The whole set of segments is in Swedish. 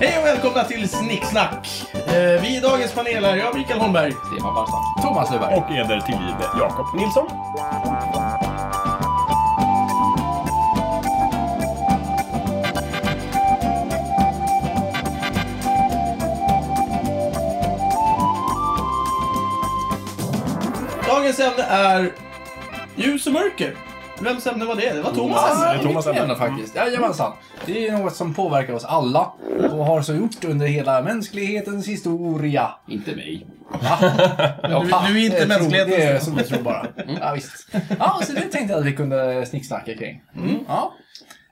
Hej och välkomna till Snicksnack! Eh, vi i dagens panel är jag, Mikael Holmberg. Stefan Barstam. Thomas Löfberg. Och eder tillgive Jakob Nilsson. Dagens ämne är ljus och mörker. Vems ämne var det? Det var Thomas Ja, ämne. det är Thomas mitt ämne. ämne faktiskt. Jajamensan. Det är något som påverkar oss alla och har så gjort under hela mänsklighetens historia. Inte mig. Ja. Du- du är inte jag tror- mänsklighetens- Det är som jag tror bara. Ja, visst. Ja, så det tänkte jag att vi kunde snicksnacka kring. Mm. Ja.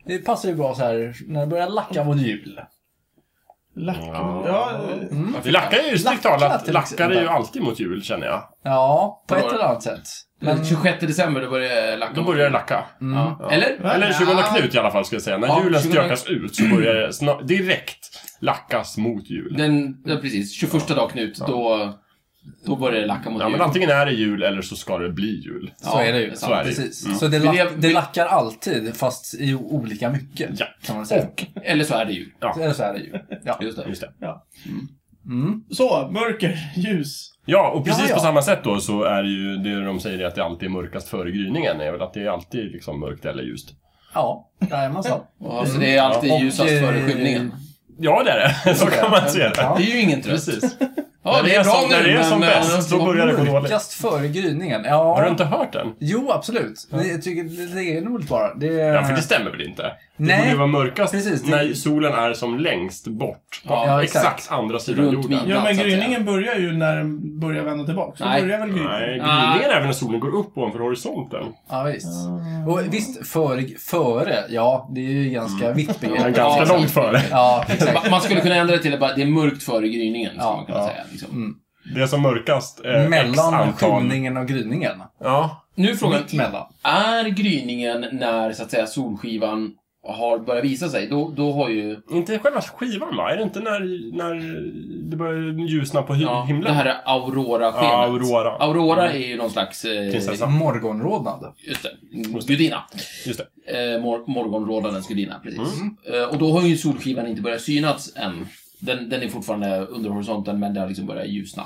Det passar ju bra så här när det börjar lacka mot jul. Ja, eh, Vi lackar ju snyggt talat. till Lackar är exempel. ju alltid mot jul känner jag. Ja, på ett eller annat sätt. Men 26 Mm. december då börjar lacka. Då börjar det lacka. Mm. Mm. Ja. Eller? Eller 20 Ja. Knut i alla fall ska jag säga. När Ja, julen 20 stökas ut så börjar det snar- direkt lackas mot jul. Den, ja, precis. 21 dag Knut, då, då börjar det lacka mot Ja, men jul. antingen är det jul eller så ska det bli jul. Så är det ju. är Så är det ju. Precis. Så det, Men lack, det- det lackar alltid, fast i olika mycket. Ja. Kan man säga. Och, eller så är det jul. Ja, Eller så är det ju. Ja. Just det. just det. Mm. så, mörker, ljus. Ja, och precis Ja, ja. på samma sätt då så är det ju det de säger är att det alltid är mörkast före gryningen. Är väl att det är alltid liksom mörkt eller ljust. Ja, jajamensan. Ja, så det är alltid Ja, och, ljusast eh, före skymningen. Ja, det är det. Så kan man se det. Ja. Det är ju ingen tröst. Precis. Ja, När det är bra som, nu, när det är som men... eh, bäst så börjar det gå dåligt. Mörkast före gryningen. Ja. Har du inte hört den? Jo, absolut. Det, jag tycker det- det är roligt bara. Det, Ja, för det stämmer väl inte? Det Nej. borde ju vara mörkast Precis, det- när solen är som längst bort. På Ja, exakt. exakt. andra sidan Runt jorden. midnatt. Nej, Ja, men så att säga. gryningen börjar ju när den börjar vända tillbaka. Så Nej. börjar väl gryningen? gryningen Ah. är även när solen går upp ovanför horisonten. ja, visst. Och visst, före, före, ja, det är ju ganska vitt Den är begrepp. Mm. ganska exakt. långt före. Ja, exakt. Ma- Man skulle kunna ändra det till att bara, det är mörkt före gryningen, skulle Ja, man kunna ja. säga. Liksom. Det är som mörkast eh, x Mm. Mellan antal. skymningen och gryningen. Ja. Nu är frågan, Mitt mellan. är gryningen när, så att säga, solskivan har börjat visa sig? Då, då har ju... Inte själva skivan va? Är det inte när, när det börjar ljusna på hy- Ja, det himlen? här är aurora-skenet. Ja, aurora. Mm, Aurora är ju någon slags... Eh, Prinsessa. liksom Morgonrodnad. just det, gudinna. Just det. Eh, mor- morgonrådarens gudinna, precis. Mm. Eh, och då har ju solskivan inte börjat synas än. Den, den är fortfarande under horisonten, men det har liksom börjat ljusna.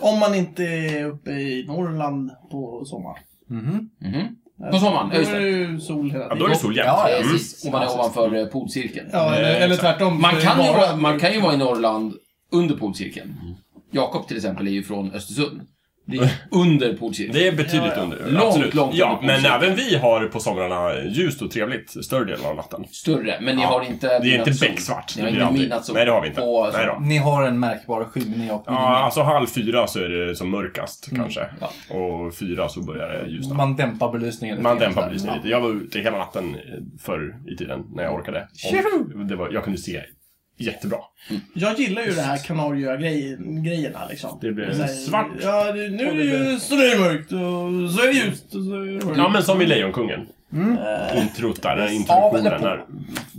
Om man inte är uppe i Norrland på sommaren. Mhm. Mhm. På sommaren, Då ja, just är det det. ju sol hela Mm. Ja, tiden. då är det sol jämt. Ja, ja, Eh, Mm. Precis, om man är ovanför eh, polcirkeln. Ja, eller, Eh, eller exakt. tvärtom. Man Det är kan, ju bara- vara, man kan ju vara i Norrland under polcirkeln. Mm. Jakob till exempel är ju från Östersund. Det är ju under polcirkeln. Det är betydligt under. Långt, absolut. långt ja, under men polcirkeln. även vi har på somrarna ljust och trevligt större delen av natten. Större, men ni Ja. har inte Det är inte midnattssol. becksvart. Ni har Det blir inte aldrig. midnattssol. Nej, det har vi inte. på- Nej då. Ni har en märkbar skymning och Ja, alltså halv fyra så är det som mörkast Mm. kanske. Ja. Och fyra så börjar det ljusna. Man, man dämpar belysningen. Mm. lite grann dämpar där. belysningen lite. Jag var ute hela natten eh, förr i tiden när jag orkade. Och det var, jag kunde se jättebra. Jag gillar ju det här Kanarieöarna-grejerna liksom. Det blir Så här, svart. Ja, det, nu är det ju så är det mörkt och så är det ljust och så är det mörkt. Ja, men som i Lejonkungen. Mm. Eh, Introt där, den här introduktionen Ja, men- när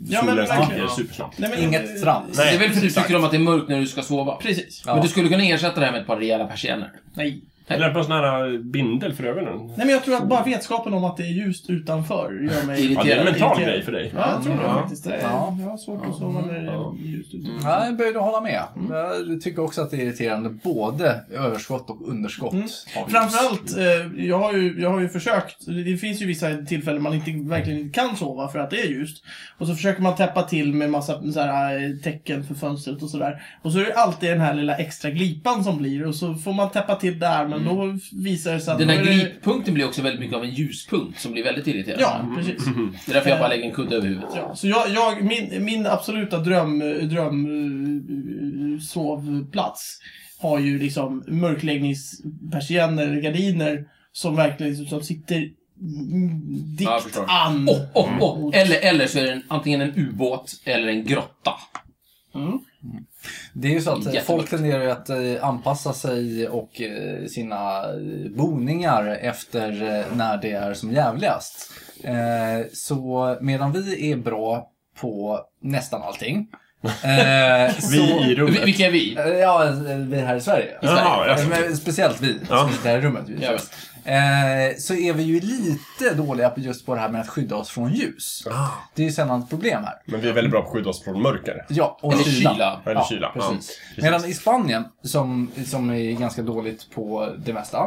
Ja, men solen verkligen. stiger Ja. supersnabbt. Nej, men Inget trams. Det Nej, är väl för att du exakt. tycker om att det är mörkt när du ska sova. Precis. Ja. Men du skulle kunna ersätta det här med ett par rejäla persienner. Nej. Eller på en sån här eh, bindel för ögonen. Nej, men jag tror att bara vetskapen om att det är ljust utanför gör mig... Ja, det är en mental Irriterande, irriterande. grej för dig. Ja, jag tror det Ja. faktiskt. Det är, Ja. Jag har svårt att sova när det är ljust ute. Ja, jag började hålla med. Jag tycker också att det är irriterande både överskott och underskott. av ljus. Framförallt, eh, jag har, ju, jag har ju försökt. Det finns ju vissa tillfällen man inte, verkligen inte kan sova för att det är ljust. Och så försöker man täppa till med massa så här, eh, tecken för fönstret och sådär. Och så är det alltid den här lilla extra glipan som blir och så får man täppa till där men då visar det sig att... Mm. Den då här är det- glippunkten blir också väldigt mycket av en ljuspunkt som blir väldigt irriterande. Mm. Ja, precis. Det är därför jag bara lägger en kudde över huvudet. Ja, så jag, jag, min, min absoluta dröm, dröm eh, sovplats har ju liksom mörkläggningspersienner eller gardiner som verkligen liksom, som sitter mm, dikt Ja, jag förstår. an. Oh, oh, oh. Eller, eller så är det en, antingen en ubåt eller en grotta. Det är ju så att eh, Jättemycket. folk tenderar ju att eh, anpassa sig och eh, sina eh, boningar efter eh, när det är som jävligast. Eh, Så medan vi är bra på nästan allting Eh, så, Vi i Vi- rummet. Vilka är vi? Eh, Ja, eh, vi här i Sverige. I Jaha, Sverige. jag Eh, Men speciellt vi Ja. som sitter här i rummet. Vi, Ja, eh, så är vi ju lite dåliga på just på det här med att skydda oss från ljus. Det är ju sällan ett problem här. Ah. Men vi är väldigt bra på att skydda oss från mörker. Ja, och Eller kyla. kyla. Eller Ja, kyla. precis. Ja, precis. Medan i Spanien, som, som är ganska dåligt på det mesta.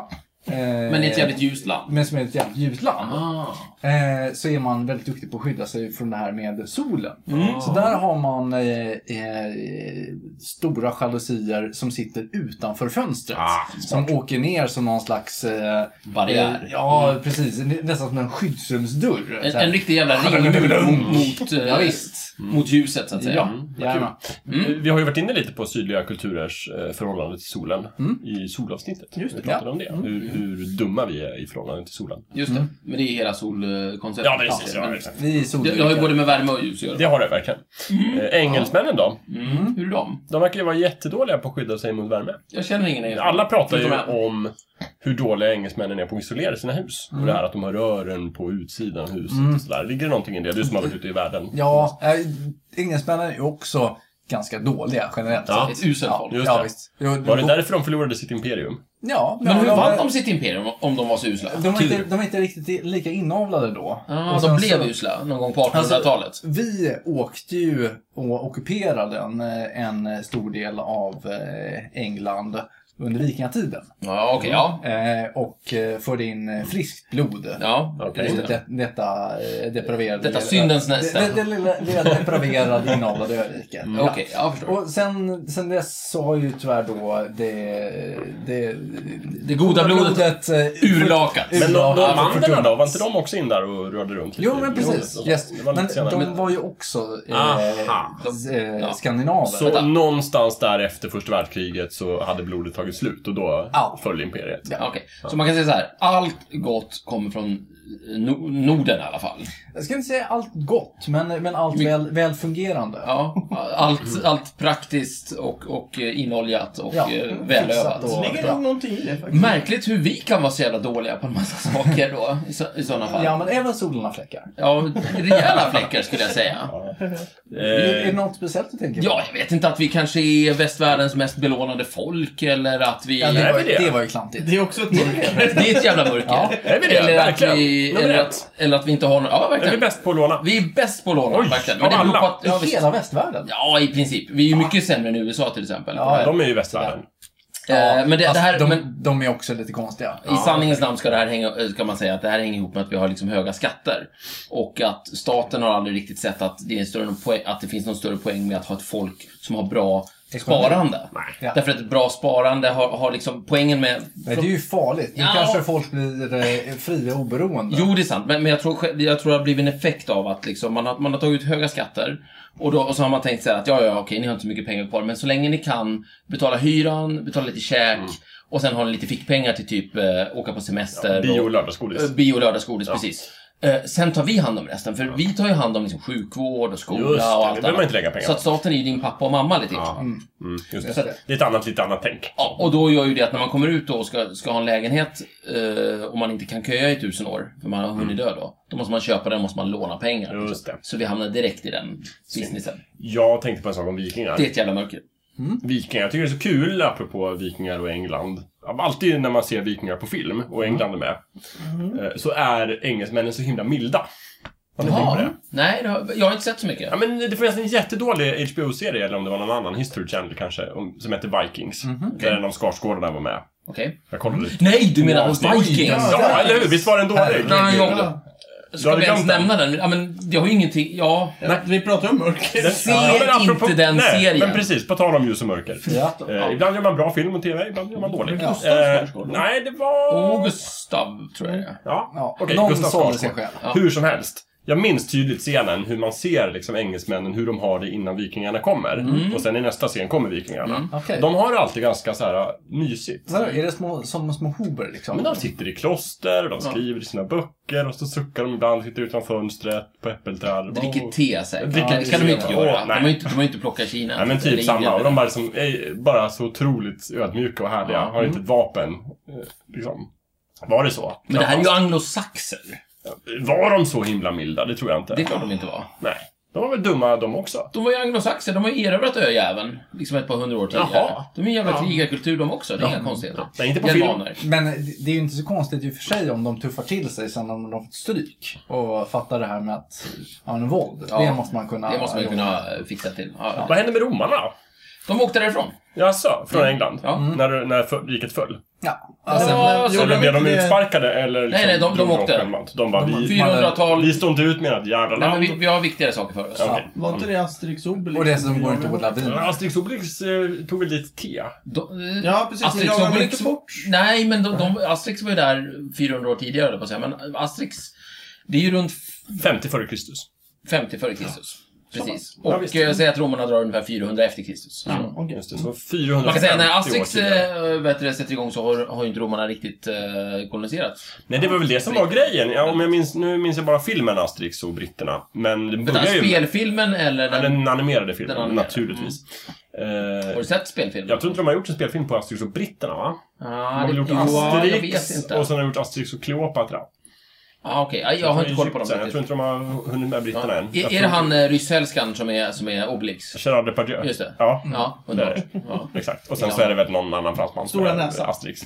eh, Men det är ett jävligt ljust land. men som är ett jävligt ljust land. Ah. Eh, så är man väldigt duktig på att skydda sig från det här med solen. Mm. Så där har man eh, eh, stora jalusier som sitter utanför fönstret. Ah, som åker ner som någon slags... Eh, Barriär. eh, Ja, precis. Nä- Nästan som en skyddsrumsdörr. En, Så här. en riktig jävla ringmur mot, mot, eh, Ja, visst. mot ljuset, så att säga. Ja, jajamän. Mm. Vi- Vi har ju varit inne lite på sydliga kulturers eh, förhållande till solen i solavsnittet. Just det, vi pratade om det. Hur, hur dumma vi är i förhållande till solen. Just det. Men det är hela solkonceptet. Ja, precis. Ja, Men exakt. Vi är det, det har ju soldyrkare. både med värme och ljus att göra. Det har det verkligen. Eh, engelsmännen då? Mm. Hur är de? De verkar ju vara jättedåliga på att skydda sig mot värme. Jag känner ingen engelsman. Alla pratar ju Förutom en. om hur dåliga engelsmännen är på att isolera sina hus. Och det här att de har rören på utsidan av huset och sådär. Ligger det någonting i det? Du som har varit ute i världen. Ja, eh, engelsmännen är ju också ganska dåliga generellt Ja. Ett uselt Ja, folk. just ja det. visst. Jo, Var det därför de förlorade sitt imperium? Ja, Men hur ja, vann de sitt imperium om de var så usla? De är, inte, de är inte riktigt lika inavlade då. Ja, Och sen de blev så- Alltså- usla någon gång på 1800-talet. Vi åkte ju och ockuperade en, en stor del av eh, England under vikingatiden. Ja, okej, ja. Eh, Och eh, förde in eh, friskt blod. Ja, Okej. just det. Det, detta eh, depraverade... Detta syndens nästa. Mm. Det, det, det lilla, lilla depraverade inavlade öriket. Okej, jag förstår. Och sen, sen dess så har ju tyvärr då det... Det, Det goda blodet eh, urlakats. ur- Men Ja, de, de ja, manderna då? fördummas. Var inte de också in där och rörde runt? lite Jo, i men blodet precis. och så? Yes. Det var Men lite senare. de var ju också eh, Aha. s- eh, Ja. skandinaver. Så Vänta. någonstans där efter första världskriget så hade blodet tagit slut och då Ja. föll imperiet. Okej, så man kan säga så här. Allt gott kommer från no Norden i alla fall. Jag ska inte säga allt gott, men, men allt väl, väl fungerande. Ja, allt, allt praktiskt och, och eh, inoljet och Mm. Ja, eh, fixat välövat. och- Det ligger bra. nog någonting i det faktiskt. Märkligt hur vi kan vara så jävla dåliga på en massa saker då, i, så, i sådana fall. Ja, men även solen har fläckar. Ja, rejäla fläckar skulle jag säga. Är, är det Eh, något speciellt du tänker på? Ja, jag vet inte att vi kanske är västvärldens mest belånade folk eller att vi... Ja, det, är var, vi det? det var ju klantigt. Det är också ett mörker. Det är ett jävla mörker. Ja, är vi det? Eller att Verkligen. vi, Nummer eller, ett. att, eller att vi inte har någon... Ja, är verkligen. vi bäst på att låna? Vi är bäst på lånen, Oj, verkligen. av alla. på att... Ja, I visst. hela västvärlden. ja, i princip. Vi är ju mycket sämre än USA till exempel. på Ja, det här. De är ju i västvärlden. Eh, men det, det fast här... de, men... de är också lite konstiga. I sanningens namn ska, det här hänga, eh, ska man säga att det här hänger ihop med att vi har liksom höga skatter. Och att staten har aldrig riktigt sett att det, är en större poäng, att det finns någon större poäng med att ha ett folk som har bra sparande. Ja. Därför att ett bra sparande har, har liksom poängen med... Nej, det är ju farligt. Nu Ja. kanske folk blir eh, fria och oberoende. Jo, det är sant. Men, men jag, tror, själv- jag tror det har blivit en effekt av att liksom, man, har, man har tagit ut höga skatter. Och, då, och så har man tänkt så här att ja, ja, okej, ni har inte så mycket pengar kvar. Men så länge ni kan betala hyran, betala lite käk och sen har ni lite fickpengar till typ eh, åka på semester. Mm. Bio och- och lördagsgodis. Eh, Bio och lördagsgodis, precis. Eh, sen tar vi hand om resten, för vi tar ju hand om liksom, sjukvård och skola Just det, och det allt behöver man inte lägga pengar Så att staten är ju din pappa och mamma lite grann. Ja. Mm, just Så att- det. Lite annat, lite annat tänk. Ja, och då gör ju det att när man kommer ut då och ska, ska ha en lägenhet eh, och man inte kan köa i tusen år, för man har hunnit dö då. Då måste man köpa den, måste man låna pengar. Mm. Just liksom. det. Så vi hamnar direkt i den businessen. Jag tänkte på en sak om vikingar. Det är ett jävla mörker. Vikingar. Jag tycker det är så kul, apropå vikingar och England. Alltid när man ser vikingar på film, och England är med, Mm. eh, så är engelsmännen så himla milda. Har ni tänkt på det? Nej, det har, jag har inte sett så mycket. Ja, men det finns en jättedålig HBO-serie, eller om det var någon annan History Channel kanske, om, som heter Vikings. Mhm, Där en av Skarsgårdarna var med. Okej. Jag kollade lite. Nej, du menar Ja, ja, Vikings? Ja, eller hur? Visst var den dålig? Nej, jag- Du Ska hade vi ens glömt den. nämna den? Ja, men jag har ju ingenting... Ja. Vi pratar om mörker. Den- Se men inte den nej, serien. Men precis, på tal om ljus och mörker. Ja. Eh, ibland gör man bra film och TV, ibland gör man dålig. Ja. Eh, nej, det var... Och Gustav, tror jag det är. Ja, Ja, okej. någon Gustav sålde Skarsgård. sig själv. Ja. Hur som helst. Jag minns tydligt scenen hur man ser liksom engelsmännen, hur de har det innan vikingarna kommer. Mm. Och sen i nästa scen kommer vikingarna. Okej. De har det alltid ganska så här äh, mysigt. Så här, Är det små, som små hober liksom? Men de sitter i kloster, de skriver i sina böcker och så suckar de ibland, sitter utan fönstret på äppelträd. Dricker Åh. te säkert. Dricker ja, det kan de te, ju inte ja. göra. Åh, de nej. har ju inte, de har ju inte plockat Kina. Nej men Eller typ Indien. samma. Och de bara, liksom, är bara så otroligt ödmjuka och härliga. Ja. Mm. Har inte ett vapen. eh, Liksom. Var det så? Men det här är ju anglosaxer. Var de så himla milda? Det tror jag inte. Det är klart de inte var. Nej. De var väl dumma de också? De var ju anglosaxer, de har ju erövrat öjäveln liksom ett par hundra år tidigare. Jaha. De är ju jävla Ja. krigarkultur de också, det är inga konstigheter. Nej, inte på film. Germaner. Men det är ju inte så konstigt i och för sig om de tuffar till sig sen om de har fått stryk och fattar det här med att använda våld. Ja, det måste man kunna... Det måste man ju kunna eh, fixa till. Ja. Vad hände med romarna? De åkte därifrån. Jaså, från England? Mm. Ja. När, när för- riket föll? Ja. Alltså, Alltså, ja, alltså, Eller blev de inte det- utsparkade? Eller liksom nej, de- de drog åkte. självmant? De bara, vi, 400-tal. vi står inte ut med ert jävla Nej, land. men vi, vi har viktigare saker för oss. Ja, Ja. okej. Var inte det Asterix Obelix? och dessutom går det inte att odla vin. Men Asterix Obelix eh, tog väl dit te? De, eh, Ja, precis. Asterix men jag Obelix- var inte bort. Nej, men de, de, Asterix var ju där 400 år tidigare, höll jag på att säga. Men Asterix, det är ju runt 50 före Kristus. 50 före Kristus. Precis. Så pass. Ja, Och visst. eh, jag säger att romarna drar ungefär 400 efter Kristus. Okej. Just det, så 450 Man kan säga när år Asterix tidigare. äh, vet du, det, sätter igång så har, har ju inte romarna riktigt äh, koloniserats. Nej, det var väl det som var grejen. Ja, om jag minns, nu minns jag bara filmen Asterix och britterna. Men det Utan börjar ju... spelfilmen eller... Ja, Den, Den animerade filmen, Den animerade. Mm. naturligtvis. Har Eh, du sett spelfilmen? jag tror inte de har gjort en spelfilm på Asterix och britterna, va? De Ah, har det, väl gjort ja, jag vet Asterix inte. och sen har de gjort Asterix och Kleopatra. ah, okej. Ah, jag har inte koll på dem Egypten. Jag tror riktigt. inte de har hunnit med britterna än. Är, Jag är det tror- han äh, rysshälskan som är, som är Obelix? Gerard Depardieu. Just det. Ja. Ja, Det är underbart. det. Ja. Exakt. Och sen Ja. så är det väl någon annan fransman som Stora är näsan. Asterix.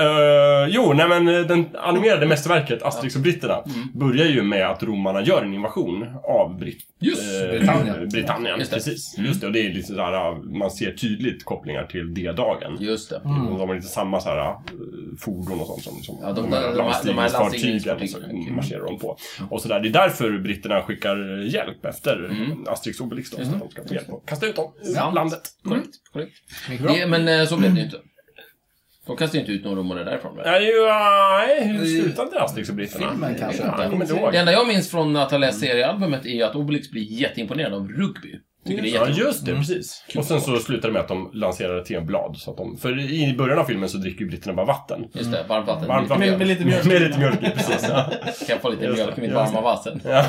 Eh, jo, nej men eh, den animerade mästerverket Asterix och britterna Mm. börjar ju med att romarna gör en invasion av Brit Just eh, Britannien. Britannien. Just det. Mm. precis. Just det, och det är lite sådär, man ser tydligt kopplingar till D-dagen. Just det. Och De har lite samma så här, eh, fordon och sånt som, som Ja, de- de, här de- de- de här landstigningsfartygen så landstigningsfartygen. marscherar de på. Och så där. Det är därför britterna skickar eh, hjälp efter Asterix och Obelix då, så att de ska få hjälp att kasta ut dem ur Sant. landet. Mm. Korrekt. korrekt. Mycket bra. Det, men eh, så blev det ju inte. De kastade ju inte ut några romare därifrån. väl? Nej, ju, eh, nej, hur slutade inte Asterix och britterna? Filmen kanske. Ja, Mm. Jag kommer inte Det ihåg. enda jag minns från att ha läst seriealbumet är ju att Obelix blir jätteimponerad av rugby. Tycker det är Ja, jättekul. just det, precis. Och sen så slutade det med att de lanserade teblad. Så att de, för i början av filmen så dricker ju britterna bara vatten. Just det, varmt vatten. Varmt vatten. Med- med lite mjölk. Med lite mjölk i, precis. Ja. Kan jag få lite Just det, mjölk i mitt just varma det. vatten? Ja.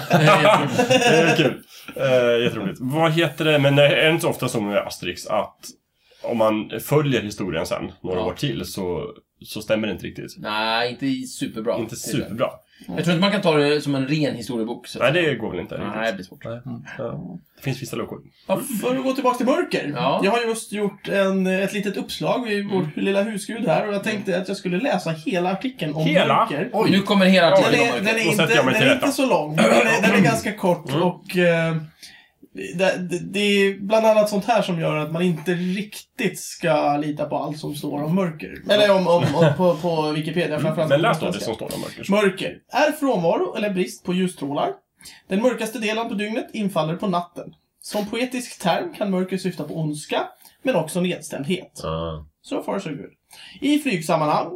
det är kul. Uh, jätteroligt. Vad heter det, men är det inte så ofta som med Asterix att om man följer historien sen några Ja. år till så, så stämmer det inte riktigt. Nej, inte i- superbra. Typ. inte superbra. Jag tror inte man kan ta det som en ren historiebok. Så att- Nej, det går väl inte Nej, det riktigt. blir svårt. Ja. Det finns vissa luckor. För att gå tillbaka till mörker. Ja. Jag har just gjort en, ett litet uppslag i Mm. vår lilla husgud här och jag tänkte att jag skulle läsa hela artikeln om Hela? mörker. Oj. Nu kommer hela Den artikeln om är, den är, mörkret. Då inte, sätter jag mig den till är inte rätta. så lång. Den är, den är ganska kort Mm. och eh, det, det, det är bland annat sånt här som gör att man inte riktigt ska lita på allt som står om mörker. Eller om, om, om på, på Wikipedia framförallt. Mm. Men läs på då det svenska. som står om mörker. Mörker är frånvaro eller brist på ljusstrålar. Den mörkaste delen på dygnet infaller på natten. Som poetisk term kan mörker syfta på ondska, men också nedstämdhet. Ah. So far so good. I flygsammanhang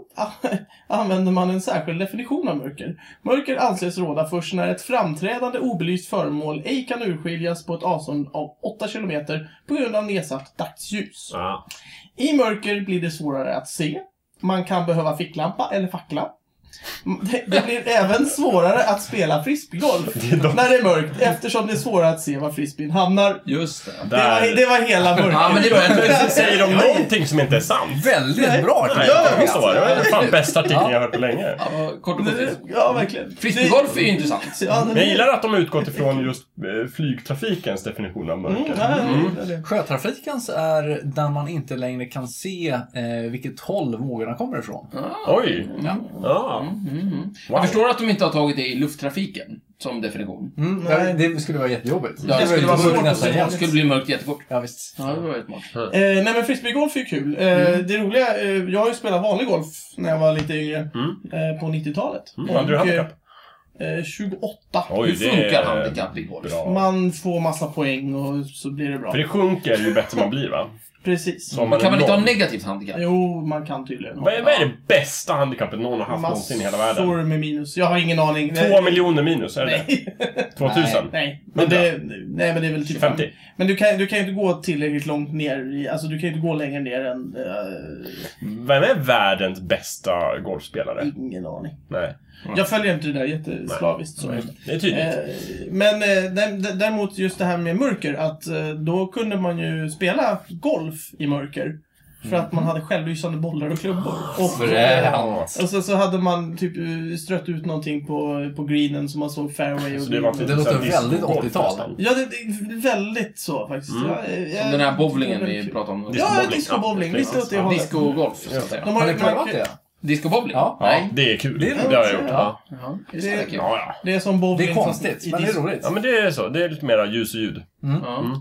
använder man en särskild definition av mörker. Mörker anses råda först när ett framträdande obelyst föremål ej kan urskiljas på ett avstånd av 8 km på grund av nedsatt dagsljus. Ah. I mörker blir det svårare att se. Man kan behöva ficklampa eller fackla. Mm, Det- Det blir även svårare att spela frisbeegolf när det är mörkt eftersom det är svårare att se var frisbeen hamnar. Just det. Det var, det var hela mörker. Ja, men det är bra. Jag tror- Säger de någonting som inte är sant? Väldigt bra! Nej, Ja, jag förstår. Det var fan bästa artikeln jag hört på länge. Ja, vad Kort och koncist. Ja, verkligen. Frisbeegolf är ju intressant. Ja, den Men jag gillar att de har utgått ifrån just eh, flygtrafikens definition av Mm, mörker. ja, jag gillar det. Sjötrafikens är där man inte längre kan se eh, vilket håll vågorna kommer ifrån. Oj! Ja. Ja. Mm, mm. Wow. Jag förstår att de inte har tagit det i lufttrafiken som definition. Mm, Nej. Det skulle vara jättejobbigt. Ja, det skulle vara svårt mörkt. att se. Det skulle bli mörkt jättefort. Ja, visst. Ja, det var väldigt smart. Eh, nej men frisbeegolf är ju kul. Eh, Mm. Det roliga, eh, jag har ju spelat vanlig golf när jag var lite yngre. Mm. Eh, på 90-talet. Mm, hade du handikapp? eh, eh, 28. Oj, Hur det funkar är handikapp i golf? Bra. Man får massa poäng och så blir det bra. För det sjunker ju bättre man blir va? Precis. Så om Men kan är man inte ha noll- negativt handikapp? Jo, man kan tydligen ha vad, är, vad är det bästa handikappet någon har haft någonsin i hela världen? massor med minus. Jag har ingen aning. Två miljoner minus, är det det Nej, Två tusen? nej. Men det, nej, men det är väl typ... 50? Men du kan, du kan ju inte gå tillräckligt långt ner i... Alltså, du kan ju inte gå längre ner än... eh, Mm. Vem är världens bästa golfspelare? ingen aning. Nej. Jag följer inte det där jätteslaviskt. Så. Det är tydligt. Eh, Men eh, dä- dä- däremot just det här med mörker, att eh, då kunde man ju spela golf i mörker. För att man Mm. hade självlysande bollar och klubbor. Och, Fränt. och så, så hade man typ eh, strött ut någonting på, på greenen så man såg fairway och Så det var green. typ Det låter så här väldigt discgolf 80-tal. nästan. Ja, det, det är väldigt så faktiskt. Mm. Ja, eh, Som jag- den här bowlingen det är vi kul. pratade om. Ja, Discobowling. discobowling. Ja, Visst åt det precis. hållet. Discogolf, så att säga. De Har har, ni ju- klarat man- det? Discobowling? Ja. Ja, Nej. det är kul. Det är roligt, Det har jag gjort. ja. Ja, Ja, just det. Det- kul. ja. ja. Det är som bowling. Det är fast konstigt, i men det är disco. roligt. Ja, men det är så. Det är lite mera ljus och ljud. Ja. Mm.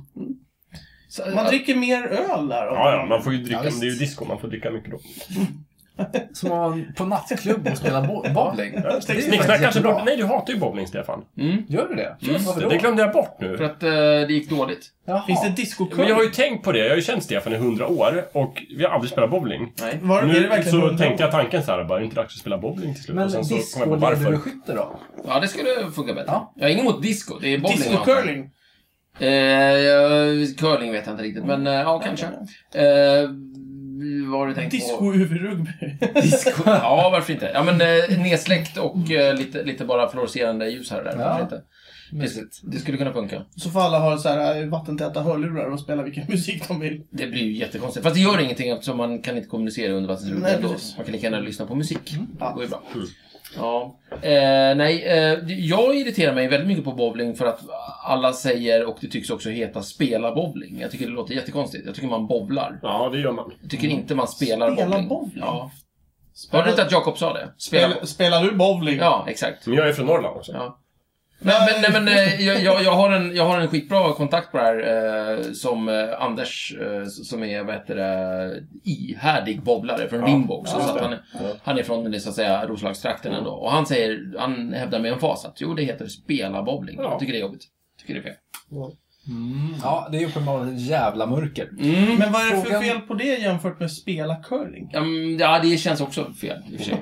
Så- Man dricker mer öl där. Ja, ja, man får ju dricka. Ja, men visst. det är ju disco, man får dricka mycket då. Som att vara på nattklubb och spela bo- bowling. Det är faktiskt Snicksnack kanske jättebra. borde... Nej, du hatar ju bowling, Stefan. Mm. Gör du det? Just Varför det, då? det glömde jag bort nu. För att eh, det gick dåligt. Jaha. Finns det discokung? Men jag har ju tänkt på det. Jag har ju känt Stefan i hundra år och vi har aldrig spelat bowling. Nej. Var, är det Nu verkligen så hundra tänkte år? jag tanken så här, bara, är det inte dags att spela bowling till slut? Men och sen så kom jag på varför. disco-ledarskytte då? Ja, det skulle funka bättre. Ja. Jag har inget emot disco. Det är bowling. alltså. jag har. Disco-curling? Eh, ja, curling vet jag inte riktigt, men eh, ja, kanske. Eh, vad har du tänkt på? Disco-UV-rugby? Disco. Ja, varför inte? Ja, men eh, nedsläckt och eh, lite, lite bara fluorescerande ljus här och där. Ja. Varför inte? Det, Mysigt. det skulle kunna funka. Så får alla ha så här eh, vattentäta hörlurar och spela vilken musik de vill. Det blir ju jättekonstigt. Fast det gör ingenting eftersom man kan inte kommunicera under vattensrummet Nej, ändå. precis. Man kan lika gärna lyssna på musik. Det går ju bra. Mm. Ja. Eh, nej, eh, jag irriterar mig väldigt mycket på bowling för att alla säger, och det tycks också heta, spela bowling. Jag tycker det låter jättekonstigt. Jag tycker man bowlar. Ja, det gör man. Jag tycker inte man spelar Mm. Spela bowling. bowling? Ja. Hörde du inte att Jakob sa det? Spela Spel, bowling. spelar du bowling? Ja, exakt. Men jag är från Norrland också. Ja. Nej, men, nej, men eh, jag, jag, jag, har en, jag har en skitbra kontakt på det här eh, som eh, Anders, eh, som är vad heter det, ihärdig bobblare från Rimbo också. just så att det. han, är- han är från det, så att säga, Roslagstrakten ändå. Och han, säger, han hävdar med emfas att jo, det heter spela bowling. Ja. Jag tycker det är jobbigt. Tycker det är fel. Ja, det är uppenbarligen ett jävla mörker. Mm. Men vad är det för Frågan- fel på det jämfört med spela curling? Ja, men, Ja, det känns också fel i och för sig.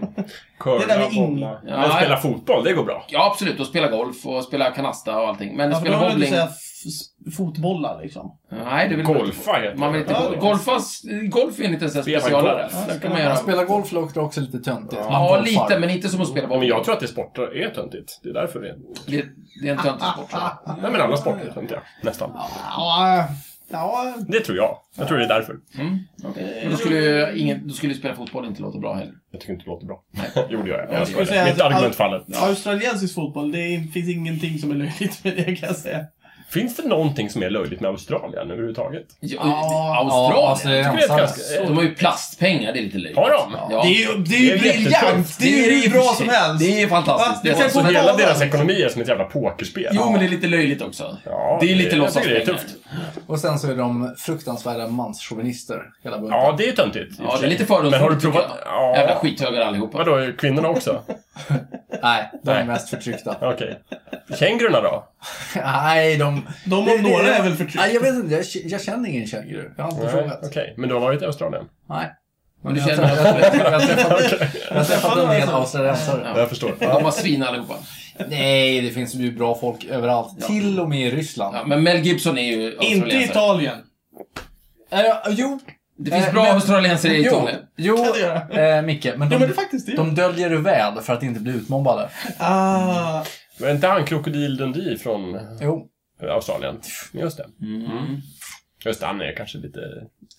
Curla, Det där med in- bolla. Ja. Men spela fotboll, det går bra. Ja, absolut. Och spela golf och spela kanasta och allting. Men Ja, för Alltså, då spela vill du bowling... säga f- s- fotbollar liksom. Nej, det vill man inte. Golfa heter Man vill inte det. Ja, gol- det- golfa. Golf är inte ens en Spela specialare. golf. Ja, Där kan spela- man Att göra... spela golf låter också lite töntigt. Man Ja, golfar. lite, men inte som att spela Ja, Men boll. jag tror att det sporter är töntigt. Det är därför det är... Det, det är en töntig sport. tror jag. Nej, men alla sporter är töntiga. Nästan. Ja, ja. Det tror jag. Jag tror det är därför. Men eh, Då skulle, ju ingen, då skulle ju spela fotboll inte låta bra heller. Jag tycker inte det låter bra. jo, det gör jag. Jag jag skulle skojar. säga Mitt att all- argument faller. Australiensisk fotboll, det är- finns ingenting som är löjligt med det kan jag säga. Finns det någonting som är löjligt med Australien överhuvudtaget? Ja, Ja, Australien? alltså, det är tycker det är ensamt. ganska- De har ju plastpengar, det är lite löjligt. Har de? Ja. Det är ju, det är ju Det är briljant! jättetufft. Det är ju hur bra som helst! Det är Va? fantastiskt. Det Du är kan Så gå fantastiskt. på hela banan. deras ekonomi är som ett jävla pokerspel. Jo, men det är lite löjligt också. Ja, det är ju lite det- jag tycker det är låtsaspengar. tufft. Och sen så är de fruktansvärda manschauvinister, hela bunten. Ja, det är töntigt. i och för Ja, det är sig. lite fördomsfullt Men har du tycker provat? jag. Jävla Ja. skithögar allihopa. Vadå, kvinnorna också? Nej, de är Nej. mest förtryckta. Okej. Kängurorna då? Nej, de... De om det- det- några är väl förtryckta. Nej, jag vet inte. Jag, jag känner ingen känguru. Jag har inte Nej, frågat. Okej, men du har varit i Australien? Nej. Men du jag, känner- jag, jag, jag, har träffat- jag har träffat en del australiensare. Ja. Jag förstår. De var svin allihopa. Nej, det finns ju bra folk överallt. Till och med i Ryssland. Ja, men Mel Gibson är ju Inte i australiensare. Italien. Eh, jo, Det finns Eh, bra men- australiensare i jo, Italien. jo Kan det göra. eh, Micke. Men de, Ja men det är faktiskt det. de döljer det väl för att inte bli utmobbade. Ah, Men inte han Krokodil Dundee från Jo. Australien? Just det. Mm. Just det, han är kanske lite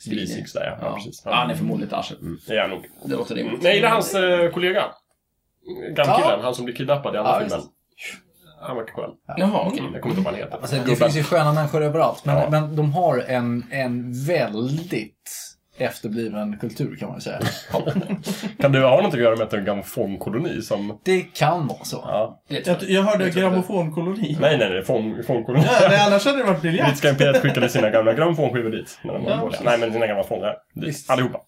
grisig sådär. Ja, ja. Ja. precis. Ja, han är förmodligen ett arsel. Mm, det är han nog. Det låter Mm. rimligt. Jag gillar hans eh, kollega. Gammkillen, Ja. han som blir kidnappad i andra Ja, filmen. visst. Han verkar skön. Jaha, okej. Jag kommer inte ihåg vad han heter. Alltså, det Gubben. finns ju sköna människor överallt. Men, Ja. men de har en, en väldigt efterbliven kultur kan man ju säga. Kan du ha någonting att göra med att det är en grammofonkoloni som... Det kan vara så. Ja. Det tror jag, jag hörde grammofonkoloni. Nej, nej, nej. fon- Fonkoloni. Ja, det, annars hade det varit briljant. Brittiska imperiet skickade sina gamla grammofonskivor dit. När de var Ja, i Mongolia. precis. Nej, men sina gamla fångar. dit. Visst. Allihopa.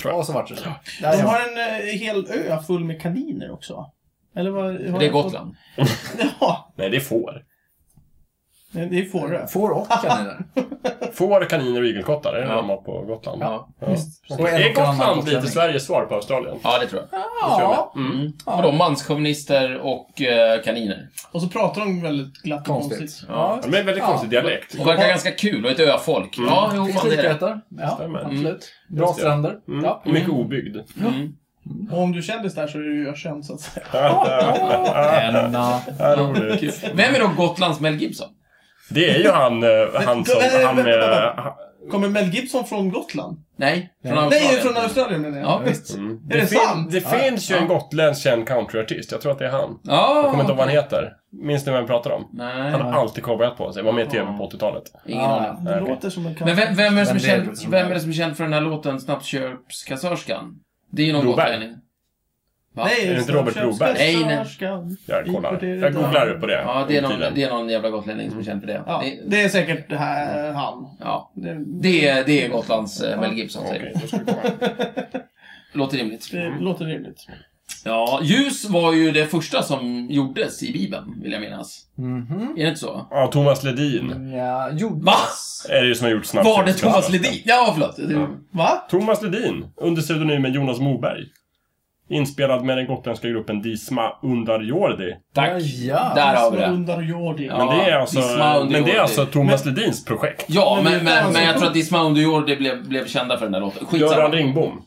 Tror jag. Ja, så vart det så. De Där har en eh, hel ö full med kaniner också va? Eller vad? har jag. Det är jag fått- Gotland. Ja, Nej, det är får. det är Fårö. Får och kaniner. Får, kaniner och igelkottar. Det är det Ja. de har på Gotland. Ja. Ja. Och en Är och annan Gotland lite gotlänning. Sveriges svar på Australien? Ja, det tror jag. Ja, Mm. Vadå, manschauvinister och eh, kaniner. Och så pratar de väldigt glatt och Konstigt. konstigt. Ja, De är en väldigt Ja. konstig dialekt. Och verkar ganska kul och ett öfolk. Ja, jo, Finns fan det är det. likheten. Ja, Stämmer. absolut. Bra Just det. stränder. Mm. Ja. Och mycket obygd. Mm. Och om du kändes där så är du ju ökänd så att säga. Denna. Ja, roligt. Vem är då Gotlands Mel Gibson? Det är ju han, eh, han som, Men- han eh, men- med... Kommer Mel Gibson från Gotland? Nej, från Nej, Australien. från Australien menar jag. Ja, visst. Mm. Är det fin- sant? det finns ju en gotländsk känd countryartist. Jag tror att det är han. Ja, Jag kommer inte ihåg vad han heter. Minns ni vem jag pratar om? Han Nej, har alltid cowboyhatt på sig. Var med i TV på 80-talet. ingen Ja, aning. Det okej. låter som en kan... Men vem, vem, är det som är Vem det är känd, det som vem är? är det som är känd för den här låten, Snabbköpskassörskan? Det är ju någon Broberg. gotlänning. Va? Nej, Är det inte Robert Broberg? Nej, nej. Kassörskan. Jag kollar. Importerat. Jag googlar upp på det. Ja, det är, någon, Tydligen. det är någon jävla gotlänning som är känd för det. Ja, Det, det är säkert det här, han. ja. Det, det, är, det är Gotlands eh, Mel Gibson, säger Okej, vi. då ska vi komma. Låter rimligt. det låter rimligt. Ja, ljus var ju det första som gjordes i Bibeln, vill jag minnas. Mhm. Är det inte så? Ja, Thomas Ledin Ja, jo. Va? är det ju som har gjort snabbt. Var det Thomas Ledin? Ja, förlåt. Va? Thomas Ledin, under pseudonymen Jonas Moberg. Inspelad med den gotländska gruppen Disma Undarjordi. Tack. Ja. Där har vi det. Undar Jordi. Ja. Men det är alltså, Disma Undarjordi. men det är alltså Thomas Ledins projekt. Ja, Men men, det är men, alltså- men jag tror att Disma Undior det blev, blev kända för den där låten. Göran Skitsamma. Ringbom.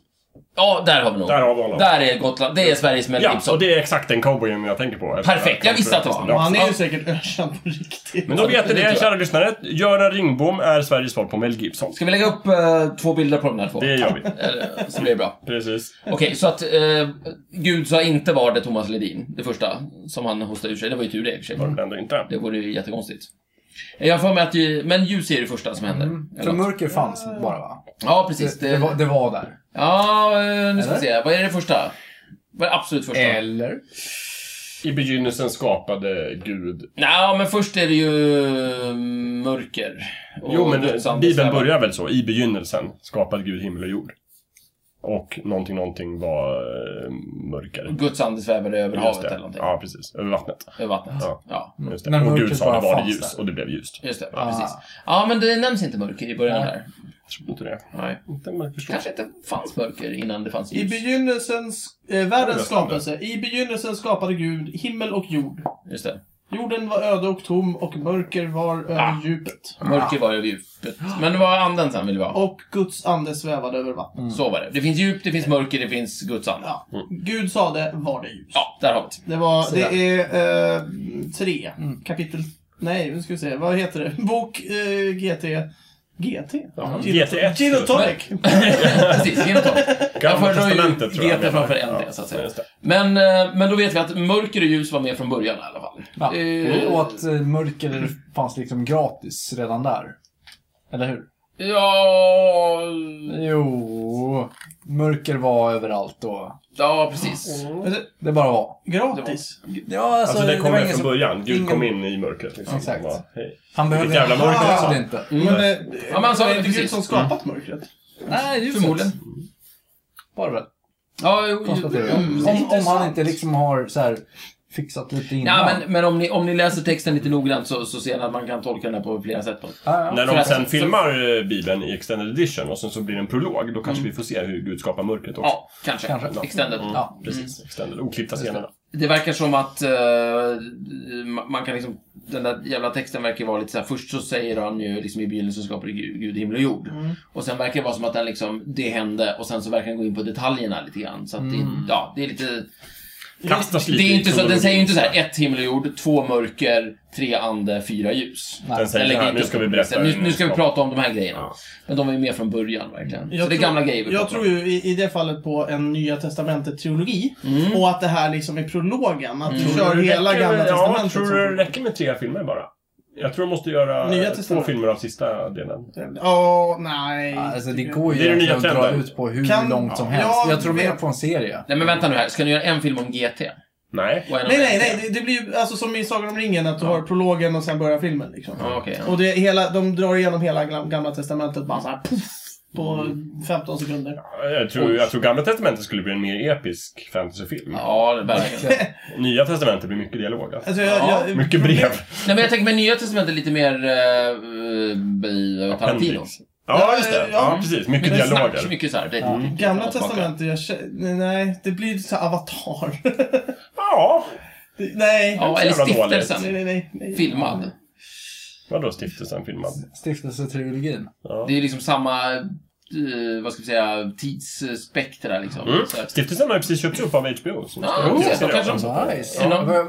Ja, där har vi nog. Där har vi honom. Där är Gotland. Det är Sveriges Mel Ja, och Gibson. det är exakt den cowboyen jag tänker på. Perfekt, jag visste att det var han. Och han är Ja. ju säkert ökänd på riktigt. Men då vet ni Det tror det, jag. kära lyssnare. Göran Ringbom är Sveriges svar på Mel Gibson. Ska vi lägga upp eh, två bilder på de här två? Det gör vi. Eller, Så blir det bra. Precis. Okej, så att eh, Gud sa inte var det Thomas Ledin, det första som han hostade ur sig. Det var ju tur det i och för sig. Var det ändå inte. Det vore ju jättekonstigt. Jag har för mig att ju, men ljus är det första som händer. Eller Mm. För något. mörker fanns bara va? Ja, precis. Det, det, var, det var där. Ja, eh, nu ska vi Eller? se. Vad är det första? Vad är det absolut första? Eller? I begynnelsen skapade Gud. Nej, men först är det ju mm, mörker. och Jo, men dödsande Bibeln strävan. börjar väl så. I begynnelsen skapade Gud himmel och jord. Och någonting, någonting var eh, mörkare. Guds ande svävade över Just havet det. eller någonting. Ja, precis. Över vattnet. Över vattnet. Ja. Ja. Just det. Mm. Men och Gud mörkret sa det bara var det fanns ljust där. och det blev ljust. Just det, Ah. precis. Ja, men det nämns inte mörker i början Nej. där. Jag tror inte det. Nej. Inte man förstår. Kanske inte fanns mörker innan det fanns I ljus. begynnelsens, eh, världens skapelse. I begynnelsen skapade Gud himmel och jord. Just det. Jorden var öde och tom och mörker var över Ah. djupet. Mörker var över djupet. Men det var anden sen ville vi ha. Och Guds ande svävade över vattnet. Så var det. Det finns djup, det finns mörker, det finns Guds ande. Ja. Mm. Gud sade, var det ljus. Ja, där Mm. har vi det. Det, var, Så där. det är eh, tre kapitel... Nej, nu ska vi se. Vad heter det? Bok eh, GT... GT? Ja. Gin- GT1. Gin och tonic. Mm. Precis, genom Gamla testamentet tror jag. GT framför menar. NT, så att säga. just det. Men, eh, men då vet vi att mörker och ljus var med från början i alla fall. Ja. Eh, Och att eh, mörker fanns liksom gratis redan där. Eller hur? Ja... Jo, mörker var överallt då. Ja, precis. Det bara var. Alltså, Gratis. Ja, Alltså det kom var ju ingen från som- början. Gud kom ingen- in i mörkret. Liksom. Exakt. Bara, hej. Han behövde Vilket jävla mörker han alltså. behövde inte. Mm. Men, eh, Ja, men han sa är det det Gud precis. som skapat Mm. mörkret? Nej, ljuset. Förmodligen. Var det väl? Ja, jo, jo, Konstaterar jag. mm. Om, om han inte liksom har så här fixat lite innan. Ja, men, men om, ni, om ni läser texten lite noggrant så, så ser ni att man kan tolka den här på flera sätt. Ja, ja. När För de att- sen för- filmar eh, Bibeln i extended edition och sen så blir det en prolog, då Mm. kanske vi får se hur Gud skapar mörkret också. Ja, kanske. Kanske. Extended. Mm, Ja. Precis, extended. Oklippta scenerna. Det verkar som att eh, ma- man kan liksom... Den där jävla texten verkar vara lite så här. Först så säger han ju liksom i begynnelsen skapade Gud, Gud himmel och jord. Mm. Och sen verkar det vara som att den liksom, det hände och sen så verkar den gå in på detaljerna lite grann. Så att Mm. det, ja, det är lite... Kastas Det lite är i inte så, den kronologi. säger ju inte så här ett himmel och jord, två mörker, tre ande, fyra ljus. Nej. Den säger Den så här, lägger nu inte ska upp vi den berätta. texten. hur nu, nu ska vi skapar- prata om de här grejerna. Ja. Men de var ju med från början verkligen. Jag så det är tror- gamla grejer vi Jag pratar tror om. ju i, i det fallet på en Nya Testamentet-trilogi. Mm. Och att det här liksom är prologen. Att du Mm. Tror kör du det hela räcker Gamla med- Ja, Testamentet. tror som- du det räcker med tre filmer bara? Jag tror de måste göra Nya två testamentet. filmer av sista delen. Ja, nej. Alltså det går ju Det är den nya egentligen att dra trenden. ut på hur Kan- långt som ja, helst. jag tror mer jag- på en serie. Nej men vänta nu här, ska ni göra en film om GT? Nej. Och en om Nej, nej, NT? nej. Det, det blir ju alltså, som i Sagan om ringen, att du har prologen och sen börjar filmen. Liksom. Ja, okej, ja. Och det, hela, de drar igenom hela gla- Gamla Testamentet bara såhär puff, på 15 sekunder. Jag tror, jag tror Gamla Testamentet skulle bli en mer episk fantasyfilm. Ja, det är verkligen. Nya Testamentet blir mycket dialog. Alltså. Alltså, jag, Ja, jag, Mycket brev. Nej men jag tänker med Nya Testamentet lite mer uh, Tarantino. Appendix. Ja, just det. Ja, Ja, ja. precis. Mycket Det är snack, dialoger. mycket så här. Det, Gamla Testamentet, jag, kä- nej, det blir så här avatar. Ja, Det- nej. Ja, eller Jävla dåligt. nej, Stiftelsen. nej, nej, nej. Filmad. vadå stiftelsen filmad? Stiftelsetrilogin. Det är liksom samma eh, vad ska vi säga, tidsspektra liksom. Mm. Så att, Stiftelsen har ju precis köpts upp av HBO. Så Ah, det okej, finns då det kanske redan. de- Alltså, Nice. Ja. Ja,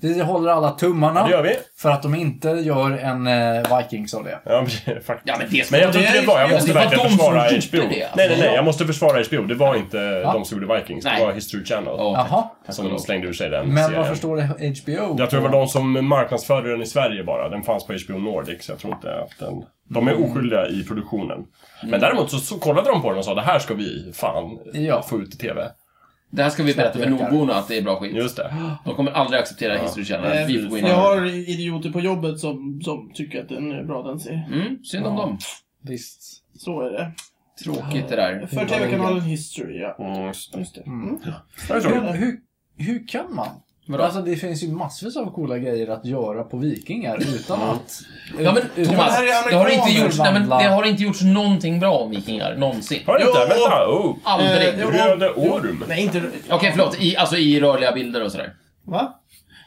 Vi håller alla tummarna Det gör vi. för att de inte gör en eh, Vikings av det. Ja, men- faktiskt. ja, men det Men jag tror inte det var, jag det måste var verkligen de som försvara gjorde HBO. det, alltså. Nej, nej, nej, jag måste försvara HBO. Det var inte de som gjorde Vikings, Nej. det var History Channel Ja, tack. Jaha. Tack och som lov. slängde ur sig den Men serien. varför står det HBO? Jag tror det på- var de som marknadsförde den i Sverige bara. Den fanns på HBO Nordic, så jag tror inte att den... De är oskyldiga i produktionen. Mm. Men däremot så, så kollade de på den och sa det här ska vi fan Ja. få ut i TV. Det här ska vi berätta för Knäppjökar. nordborna att det är bra skit. Just det. De kommer aldrig acceptera History Channel. Vi får gå in Eh, Jag har idioter på jobbet som, som tycker att den är bra den serien. Mm, synd om dem. Visst. Så är det. Tråkigt det där. För TV-kanalen History, ja. Mm, just det. Just det. Mm. Ja, det tror jag. Hur, hur, hur kan man? Vadå? Alltså det finns ju massvis av coola grejer att göra på vikingar utan att... Ja ut- men utan- men Thomas, här är det har inte amerikaner gjorts, nej, men vandla. det har inte gjorts någonting bra om vikingar, någonsin. Har du inte? Jo! Vänta! Oh. Aldrig. Eh, jo. Röde orm. Nej, inte... Okej, förlåt. I, alltså i rörliga bilder och sådär. Va?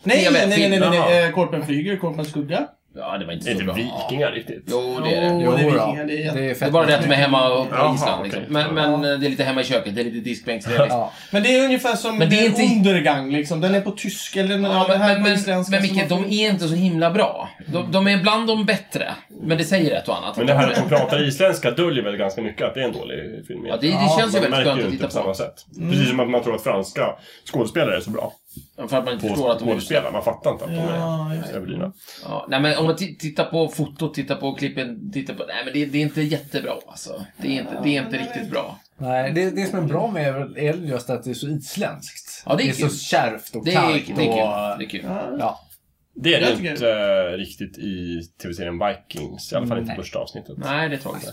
Nej, Jag vet, nej, nej, nej, nej, nej. jaha. Eh, Korpen flyger, Korpen skugga. Ja, det var inte Det är så inte bra. vikingar riktigt. Jo, det är det. Jo, det är Jodå. vikingar, det är jätte- Det är bara det att de är hemma och- på Jaha, Island. Liksom. okej. Men, men eh, det är lite hemma i köket. Det är lite diskbänksrealism. Ja. Men det är ungefär som Men det är Der inte- Undergang, liksom. Den är på tyska, eller Ja, den men, här men, är på men, isländska. men så Micke, de man- är inte så himla bra. De, de är bland de bättre, men det säger ett och annat. Men det här att de pratar isländska döljer väl ganska mycket att det är en dålig film. ja, det, det Ja, känns ju man väldigt märker skönt ju typ att inte på titta samma på. sätt. Mm. Precis som att man tror att franska skådespelare är så bra För att man inte förstår på att de är skådespelare. Man fattar inte att de Ja, just är det. överdrivna. ja, Nej, men om man ti- tittar på fotot, tittar på klippen, tittar på... Nej, men det, det är inte jättebra alltså. Det är inte, det är inte riktigt bra. Nej, det, det som är bra med är väl just att det är så isländskt. Ja, det är det är så kul. kärvt och Det är, det är kargt kul. och... Det är kul. Ja. Ja. Det är det Jag tycker- inte eh, riktigt i tv-serien Vikings. I alla fall inte i första avsnittet. Mm. Nej, det är tråkigt.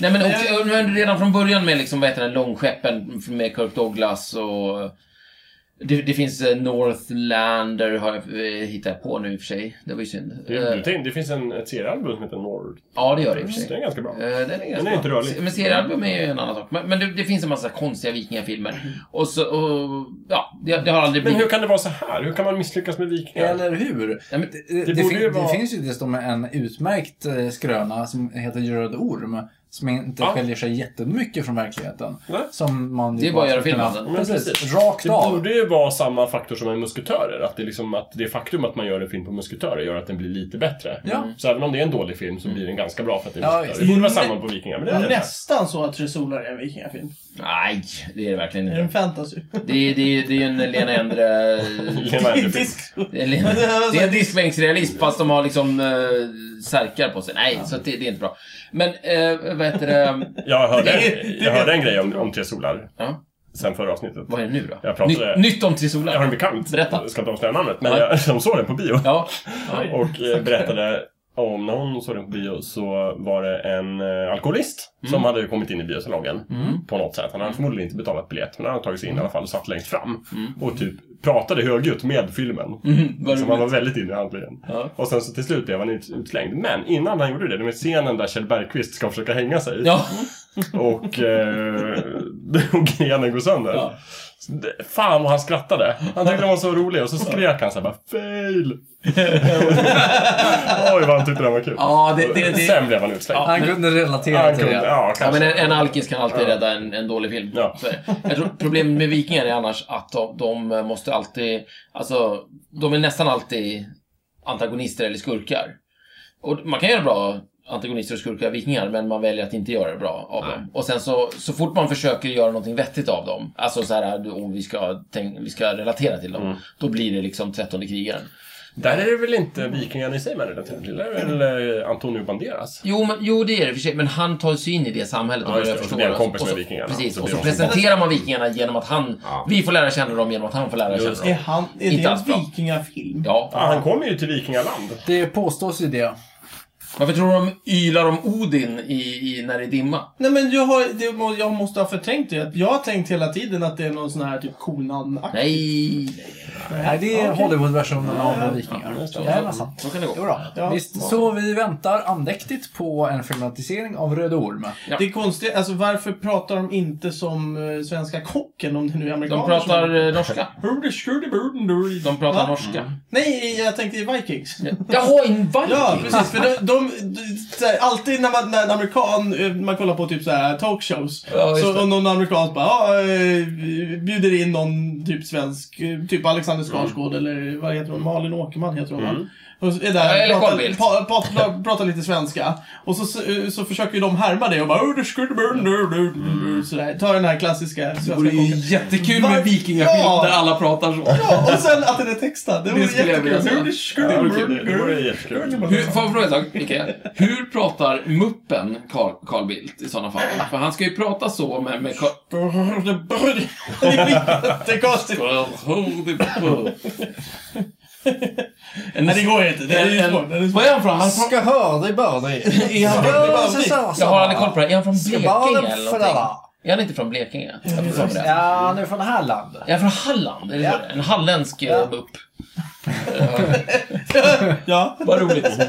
Nej, men och, och, men redan från början med liksom, vad heter den, långskeppen med Kirk Douglas och... Det, det finns eh, Northlander, har jag, eh, hittar jag på nu i och för sig. Det var ju synd. Det, Eh, du tänkte, det finns en, ett seriealbum som heter Nord. ja, det gör det i och för Den sig. är ganska bra. Eh, Den är, ganska Mm. är inte bra. rörlig. Men seriealbum är ju en annan sak. Men, men det, det finns en massa konstiga vikingafilmer. Och så, och, ja, det, det har aldrig Men blivit... hur kan det vara så här? Hur kan man misslyckas med vikingar? Eller hur? Nej, men, Det, det, borde fin- ju vara- det finns ju dessutom en utmärkt eh, skröna som heter Röd Orm. Som inte Ja. skiljer sig jättemycket från verkligheten. Nej. Som man ju Det är bara att göra skulle kunna- film av den. Men Precis. precis. Rakt Det av. borde ju vara samma faktor som med Musketörer. Att det, liksom, att det faktum att man gör en film på Musketörer gör att den blir lite bättre. Ja. Så även om det är en dålig film så blir den ganska bra för att det är Ja, Musketörer. Det borde vara samma på Vikingar, men det är Mm. det inte. Nästan så att Tre Solar är en vikingafilm. nej, det är det verkligen Är det inte. en fantasy? Det, är- det, är- det är en Lena Endre... eh, Lena Endre-film. Disk- Det är, det är en diskbänksrealism fast de har liksom eh, särkar på sig. Nej, så att det, det är inte bra. Men, eh, vad heter det? Jag hörde, Det- det- jag hörde en grej om, om Tre Solar Ja, sen förra avsnittet. vad är det nu då? Jag pratade- Ny, nytt om Tre Jag har en Solar? bekant, Berätta. jag ska inte avslöja namnet, men Nej. jag, som såg den på bio. Ja. Oj. Och eh, berättade om när hon såg den på bio så var det en eh, alkoholist Mm. som hade kommit in i biosalongen på något sätt. Han hade förmodligen inte betalat biljett men han hade tagit sig in i alla fall och satt längst fram. Och typ pratade högljutt med filmen. Mm, vad Så man var roligt. väldigt inne i handlingen. Ja. Och sen så till slut blev han ut, utslängd. Men innan han gjorde det, det var scenen där Kjell Bergqvist ska försöka hänga sig. Ja, Och, eh, och grenen går sönder. Ja. Så det- Fan vad han skrattade. Han tyckte det var så rolig och så skrek han så här bara fail. Oj vad han tyckte det var kul. ja det, det, det. Sen blev han utslängd. Han kunde relatera Han till kunde, det. ja, Ja, men kanske. en, en alkis kan alltid rädda en, en dålig film. Ja. Så är det. jag tror problemet med vikingar är annars att de, de måste alltid, alltså, de är nästan alltid antagonister eller skurkar. Och man kan göra bra antagonister och skurkar av vikingar, men man väljer att inte göra bra av dem. Och sen så, så fort man försöker göra någonting vettigt av dem, alltså så här, du, oh, vi, ska tänk, vi ska relatera till dem, Mm. då blir det liksom trettonde krigaren. Där är det väl inte vikingarna i sig man relaterar till. Det är väl eh, Antonio Banderas. Jo, men, jo, det är det i och för sig. Men han tar sig in i det samhället Ja, just börjar det. Och så förstå blir han det. kompis Och så- med vikingarna. Precis, Så och blir de så kompis. presenterar man vikingarna genom att han... Ja. Vi får lära känna dem genom att han får lära känna Just Är, dem. han, är Inte det alls bra. en vikingafilm? Ja. Ja, han kommer ju till vikingaland. Det påstås ju det. Varför tror du de ylar om Odin i, i När det är dimma? Nej men jag, har, det, må- jag måste ha förträngt det. Jag har tänkt hela tiden att det är någon sån här typ Conan-akt. Nej, Nej, det är Hollywood-versionen av Vikingar. just det. Det är nästan. så kan det gå. Jo då. Ja. Visst, så vi väntar andäktigt på en filmatisering av Röd Orm. Ja. Det är konstigt, alltså varför pratar de inte som eh, Svenska Kocken om det nu är De amerikaner pratar som- eh, norska. Hurdy, shurdy, burden, durdy. De pratar Va? norska. Nej, jag tänkte i Vikings. Jaha, en viking! Ja, precis. För de, de de, så här, alltid när man, när en amerikan, eh, man kollar på typ så här talkshows. Ja, just det. så om någon amerikan bara, ja, eh, bjuder in någon typ svensk, eh, typ Alexander Skarsgård eller vad heter hon, Malin Åkerman heter hon va? Och så är där, Ja, eller Carl pratar, Bildt. pa, pa, pra- pratar lite svenska. Och så, så, så försöker ju de härma det och bara, "Oh, det skulle bli- nu, nu, nu", sådär. Ta den här klassiska Det svenska vore ju kocken. jättekul Va? med vikingafilm Ja. där alla pratar så. Ja, och sen att den är textad. Det vore skulle jag vilja jättekul. säga. "Oh, det skulle Det vore bli- kul. Det vore jättekul. Hur- Hur, får jag fråga en sak, Micke? Hur pratar muppen Carl, Carl Bildt i sådana fall? För han ska ju prata så med... med Carl... Det är jättekonstigt. En, Nej, det går ju inte. Det är ju svårt. Det är svårt. vad är han från? Han är från Ska höra dig bara dig. jag har aldrig koll på det. Är han från Ska bara Blekinge eller den någonting? förra. Är han inte från Blekinge? Jag får för mig det. Ja, han är från Halland. Är han från Halland? Är det Ja. så det är? En halländsk eh, Ja. ja. mupp? Ja. Vad roligt.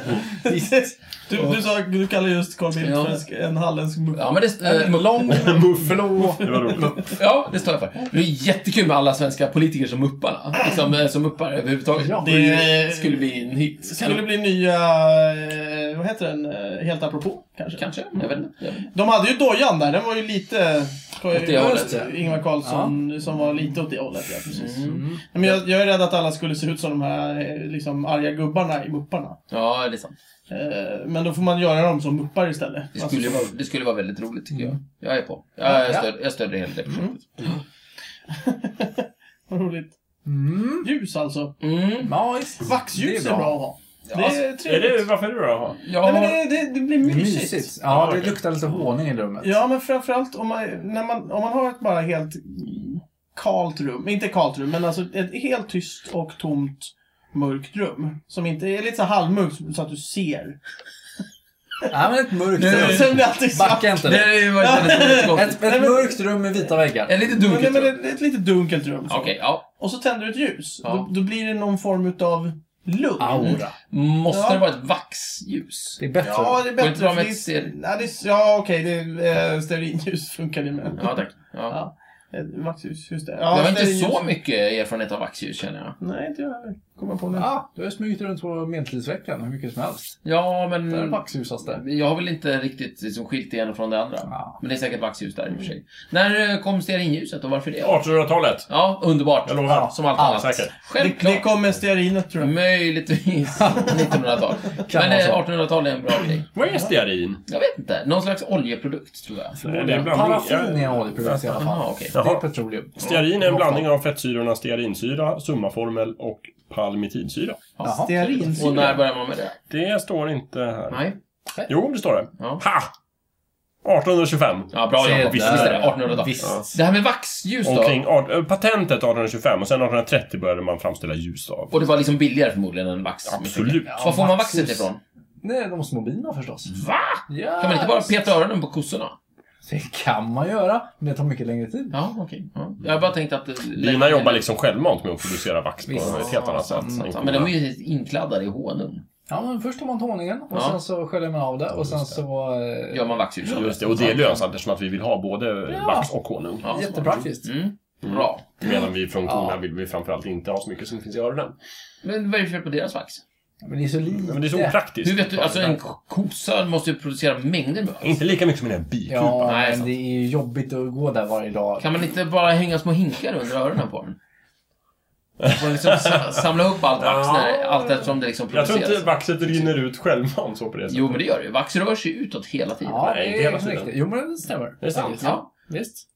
Du, du, sa, du kallar just Carl Bildt Ja. för en sk- en halländsk mupp. Ja, men det, eh, mupp. Lång, blå. Det var roligt. ja, det står jag för. Det är jättekul med alla svenska politiker som mupparna. Liksom, eh, som muppar överhuvudtaget. Ja. Det skulle bli en hit. Det skulle bli nya, eh, vad heter den, Eh, Helt apropå kanske? Kanske. Jag vet inte. Jag vet inte. De hade ju dojan där, den var ju lite... Åt det hållet, Just det. Ingvar Carlsson som var lite åt det hållet, ja precis. Mm. Men jag, jag är rädd att alla skulle se ut som de här eh, liksom, arga gubbarna i Mupparna. Ja, det är sant. Eh, Men då får man göra dem som Muppar istället. Alltså, Det skulle, vara, det skulle vara väldigt roligt tycker jag. Jag är på. Jag, jag, Ja. stöd, jag stödjer hela det projektet. Vad roligt. Mm. Ljus alltså. Mm. Ja, visst. Vaxljus Det är är bra, bra. att ha. Ja, det är Är trevligt. det, varför är det bra att ha? Nej, Jag har... men det, det, det blir mysigt. Mysigt. Ja, det luktar lite honung i rummet. Ja, men framförallt om man, när man, om man har ett bara helt kalt rum. Inte kalt rum, men alltså ett helt tyst och tomt mörkt rum. Som inte är lite så här halvmörkt så att du ser. Nej, men ett mörkt Sen- rum. Sen blir det alltid svart. Backa inte Det nu. är ju väldigt gott. Ett, ett mörkt rum med vita väggar. Ett lite Men, nej, dunkelt men tror jag. det är ett lite dunkelt rum. så. Okej, ja. Och så tänder du ett ljus. Ja. Då, då blir det någon form utav lugn. Aura. Måste Ja. det vara ett vaxljus? Det är bättre. Ja, det är Går bättre. inte bra för med det är- ett steril- Nej, det är- Ja, okej. det är, eh, Stearinljus funkar det med. Ja, tack. Ja. Eh, Vaxljus, just det. Jag Ja, har inte stearinljus. så mycket erfarenhet av vaxljus känner jag. Nej, inte jag heller. Kommer jag på nu. Ja, du har smugit runt på medeltidsveckan hur mycket som helst. Ja, Där men... vaxhusas det. Jag har väl inte riktigt liksom, skilt det ena från det andra. Ja. Men det är säkert vaxljus där i och för sig. När eh, kom stearinljuset och varför det? 1800-talet. Ja, underbart. Jag lovar. Som allt Ja, annat. säkert. Det, Självklart. det kom med stearinet tror jag. Möjligtvis 1900-tal. Kan Men vara eh, så. 1800-tal är en bra grej. Vad är stearin? Jag vet inte. Någon slags oljeprodukt, tror jag. Nej, det är en blandning. Paraffin är oljeprodukt i alla fall. Jaha, okej. Det är Jaha. petroleum. Stearin är en blandning av fettsyrorna stearinsyra, summaformel och palmitidsyra. Jaha. Stearinsyra. Och när börjar man med det? Det står inte här. Nej. Jo, det står det. Ja. Ha! 1825. Ja, bra Se Jakob. Visst där. är det. 1800-tal. Visst. Det här med vaxljus då? Omkring art- eh, patentet 1825 och sen 1830 började man framställa ljus av. Och det var liksom billigare förmodligen än vax. Absolut. Var får man vaxet vaxljus. ifrån? Nej, de små bina förstås. Va? Ja. Kan man inte bara peta öronen på kossorna? Det kan man göra, men det tar mycket längre tid. Ja, okej. Ja. Jag har bara tänkt att... Bina jobbar liksom självmant med att producera vax på Visst. ett helt annat sätt. Sant, sant. än Mm. Men de är korna. ju inkladdade i honung. Ja, men först tar man honungen och Ja. sen så sköljer man av det och sen så... Eh, Gör man vaxljus av Just det, och det är lönsamt eftersom att vi vill ha både Ja. vax och honung. Ja, Jättepraktiskt. Mm. Bra. Medan vi från Ja. korna vill vi framförallt inte ha så mycket som finns i öronen. Men vad är det för fel på deras vax? Men det är så lite. Men det är så opraktiskt. Mm. Hur vet du? Alltså en kossa måste ju producera mängder med vax. Inte lika mycket som den här bikupan. Ja, Nej, men sant. det är ju jobbigt att gå där varje dag. Kan man inte bara hänga små hinkar under öronen på den? Man får liksom sa- samla upp allt vax när, allt eftersom det liksom Jag tror produceras. inte vaxet rinner ut självmant så på det sättet. Jo, men det gör det ju. Vax rör sig utåt hela tiden. Ja, Nej, det inte är hela helt tiden. riktigt. Jo, men det stämmer. Det är sant. Ja. Visst.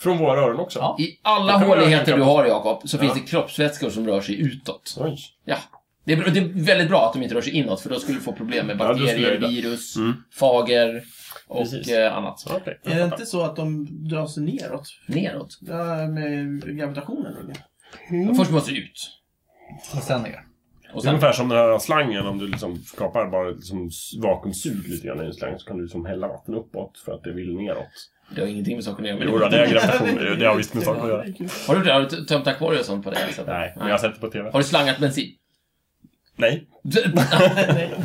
Från våra öron också. Ja. I alla Det kan man håligheter tänka du på. har, Jakob, så Ja. finns det kroppsvätskor som rör sig utåt. Oj. Ja. Det är, det är väldigt bra att de inte rör sig inåt, för då skulle du få problem med Ja, då skulle bakterier, jag- virus, Mm. fager och Precis. eh, annat. Ja, okej. Är det inte så att de dras neråt? Neråt. Ja, med gravitationen eller? Mm. Först måste du ut. Och sen ner. Och Det är sen... ungefär som den här slangen, om du liksom skapar bara liksom s- vakuumsug lite grann i en slang så kan du liksom hälla vatten uppåt för att det vill neråt. Det har ingenting med saken att göra. men Jo, det är gravitation. Det har visst med saker att göra. Har du gjort det? Har du t- tömt akvarier och sånt på det? sättet? Nej, men jag har sett det på TV. Har du slangat bensin? Nej,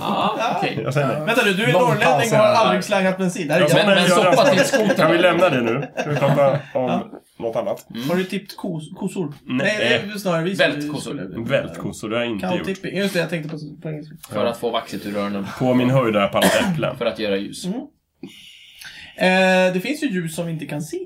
ah, okej. jag säger nej. Vänta nu, du är Lång norrlänning paus och har här. aldrig slangat bensin. Det här är Jag jag. men Men, men jag- soppa till skoter. Kan vi lämna det nu? Ska vi prata om något annat. Mm. Har du tippt kos, kossor? Nej. eh, Nej, det är snarare vi som- Mm. Vältkossor. Vältkossor, det har jag inte gjort. Cowtipping. Just det, jag tänkte på, på engelska. För att få vaxet ur öronen. På min höjd har jag pallat äpplen. För att göra ljus. Eh, det finns ju ljus som vi inte kan se.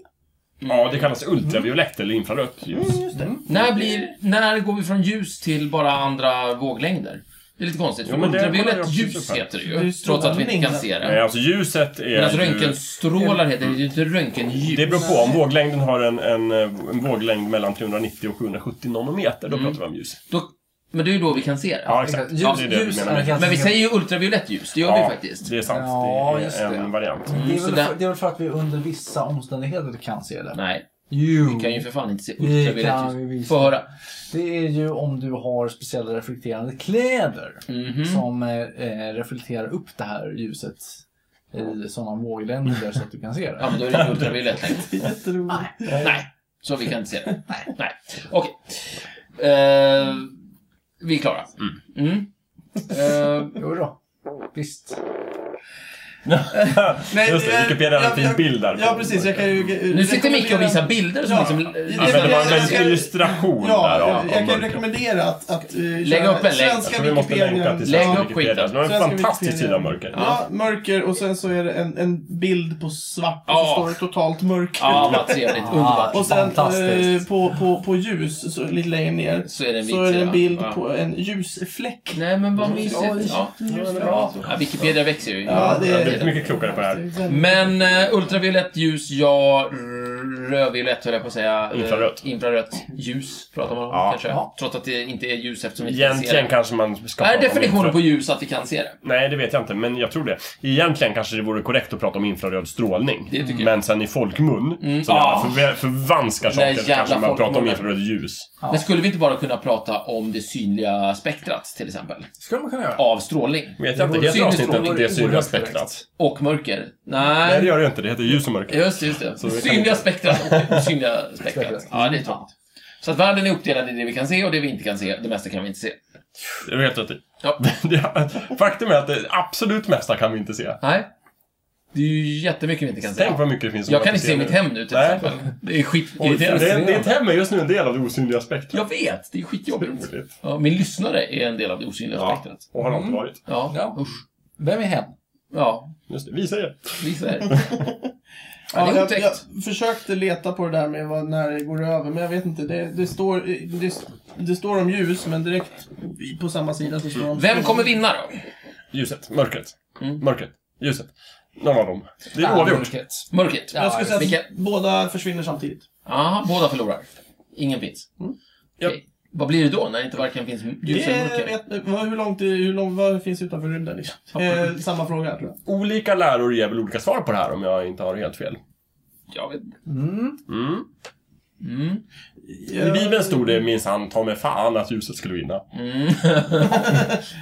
Ja, det kallas ultraviolett eller infrarött Mm. ljus. Just det. När, blir, när går vi från ljus till bara andra våglängder? Det är lite konstigt, för Ja, men det kollar jag ultraviolett också ljus upp här. heter det Det är ju. ju Trots att vi inte kan strålning. se Nej, det. alltså ljuset är Men alltså ju... röntgenstrålar heter det ju inte röntgenljus. Det beror på. Om våglängden har en, en, eh, en våglängd mellan 390 och 770 nanometer, Mm. då pratar vi om ljus. Då, men det är ju då vi kan se det. Ja, exakt. Ljus- Ja, det är det ljus vi är menar med. ganska- Men vi säger ju ultraviolett ljus, det gör vi faktiskt. Det är sant. Ja, det just är en det. variant. Mm. Det är, Så väl där- för, det är väl för att vi under vissa omständigheter kan se det? Nej, Jo. vi kan ju för fan inte se Vi ultraviolett kan ljus. visa. Få höra. Det är ju om du har speciella reflekterande kläder Mm. Mhm. som eh, eh, reflekterar upp det här ljuset i sådana vågländer så att du kan se Ja, det. men då är det inte ultraviolett längre. Det är jätteroligt. Nej, så vi kan inte se det. Nej. Nej. Okej. Eh, vi är klara. Mm. Eh, Jo då. Visst. Nej, Just det, jag- Wikipedia hade en jag- fin jag- bild där. Ja, precis. Jag kan ju... nu sitter Micke och visar bilder som Ja. liksom... Ja, men Alltså, det var en Jag- väldigt jag- illustration där Ja, av, jag, jag av kan mörkret. rekommendera att... att uh, Lägga upp en länk. Svenska Så vi måste länka Wikipedia. till Lägg svenska upp Wikipedia. skiten. Det var en Svenska fantastisk Wikipedia. sida av mörker. Ja, mörker och sen så är det en, en bild på svart och Ja. så står det totalt mörker. Ja, vad trevligt. Underbart. Och sen eh, Fantastiskt. på, på, på ljus, så, lite längre ner, Så är det en vit så är det en sida. bild Ja. på en ljusfläck. Nej, men vad mysigt. Ja. Ljusfläck. Ja, Wikipedia växer ju. Ja, det Jag är... blir mycket klokare på det här. Men eh, ultraviolett ljus, ja. r- Rödviolett höll jag på att säga. Eh, Infrarött. Infrarött ljus pratar man om Ja. kanske. Ja. Trots att det inte är ljus eftersom vi inte kan se Egentligen det. kanske man ska prata Är om definitionen infrarött. på ljus att vi kan se det? Nej, det vet jag inte, men jag tror det. Egentligen kanske det vore korrekt att prata om infraröd strålning. Det tycker jag. men sen i folkmun, så när Ah. alla förvä- förvanskar Den där saker, så jävla kanske man pratar om folkmunnen. infraröd ljus. Ja. Men skulle vi inte bara kunna prata om det synliga spektrat till exempel? Skulle man kunna göra. Av strålning. Vet jag inte, vore- heter synlig avsnittet strålning Det vore synliga oerhört spektrat? Och mörker. Nej, det Nej. gör det ju inte. Det heter ljus och mörker. Just det, just det. vi kan Synliga spektrat och osynliga spektrat. Spektrat. Ja, det är tråkigt. Så att världen är uppdelad i det vi kan se och det vi inte kan se. Det mesta kan vi inte se. Det är helt rätt i. Ja. Det- Faktum är att det absolut mesta kan vi inte se. Nej. Det är ju jättemycket vi inte kan se. Tänk vad mycket det finns som Jag man kan får inte se mitt nu. hem nu till Nej. exempel. Det är Oj, skitirriterande. det, ditt hem är just nu en del av det osynliga spektrat. Jag vet, det är skitjobbigt. Otroligt. Ja, min lyssnare är en del av det osynliga Ja. spektrat. Och har alltid varit. Ja, Ja. usch. Vem är hen? Ja, Just det, vi säger. vi säger. Ja, det Ja, är jag, otäckt. jag försökte leta på det där med vad, när det går över, men jag vet inte. Det, det, står, det, det står om ljus, men direkt på samma sida så står det om... Vem kommer vinna då? Ljuset, mörkret, Mm. mörkret, ljuset. Någon av dem. Det är Ah, oavgjort. mörkret. Mörkret. Jag skulle säga att Vilka- båda försvinner samtidigt. Ja, båda förlorar. Ingen finns. Ja. Okej. Vad blir det då när det inte varken finns ljus eller Mm. Det mörker? Eh, vet, vad, hur långt, är- hur långt vad finns utanför rymden? Liksom? Eh, samma fråga, tror jag. Olika läror ger väl olika svar på det här om jag inte har helt fel. Jag vet inte. Mm. Mm. Mm. I Bibeln stod det minsann ta mig fan att ljuset skulle vinna. Mm.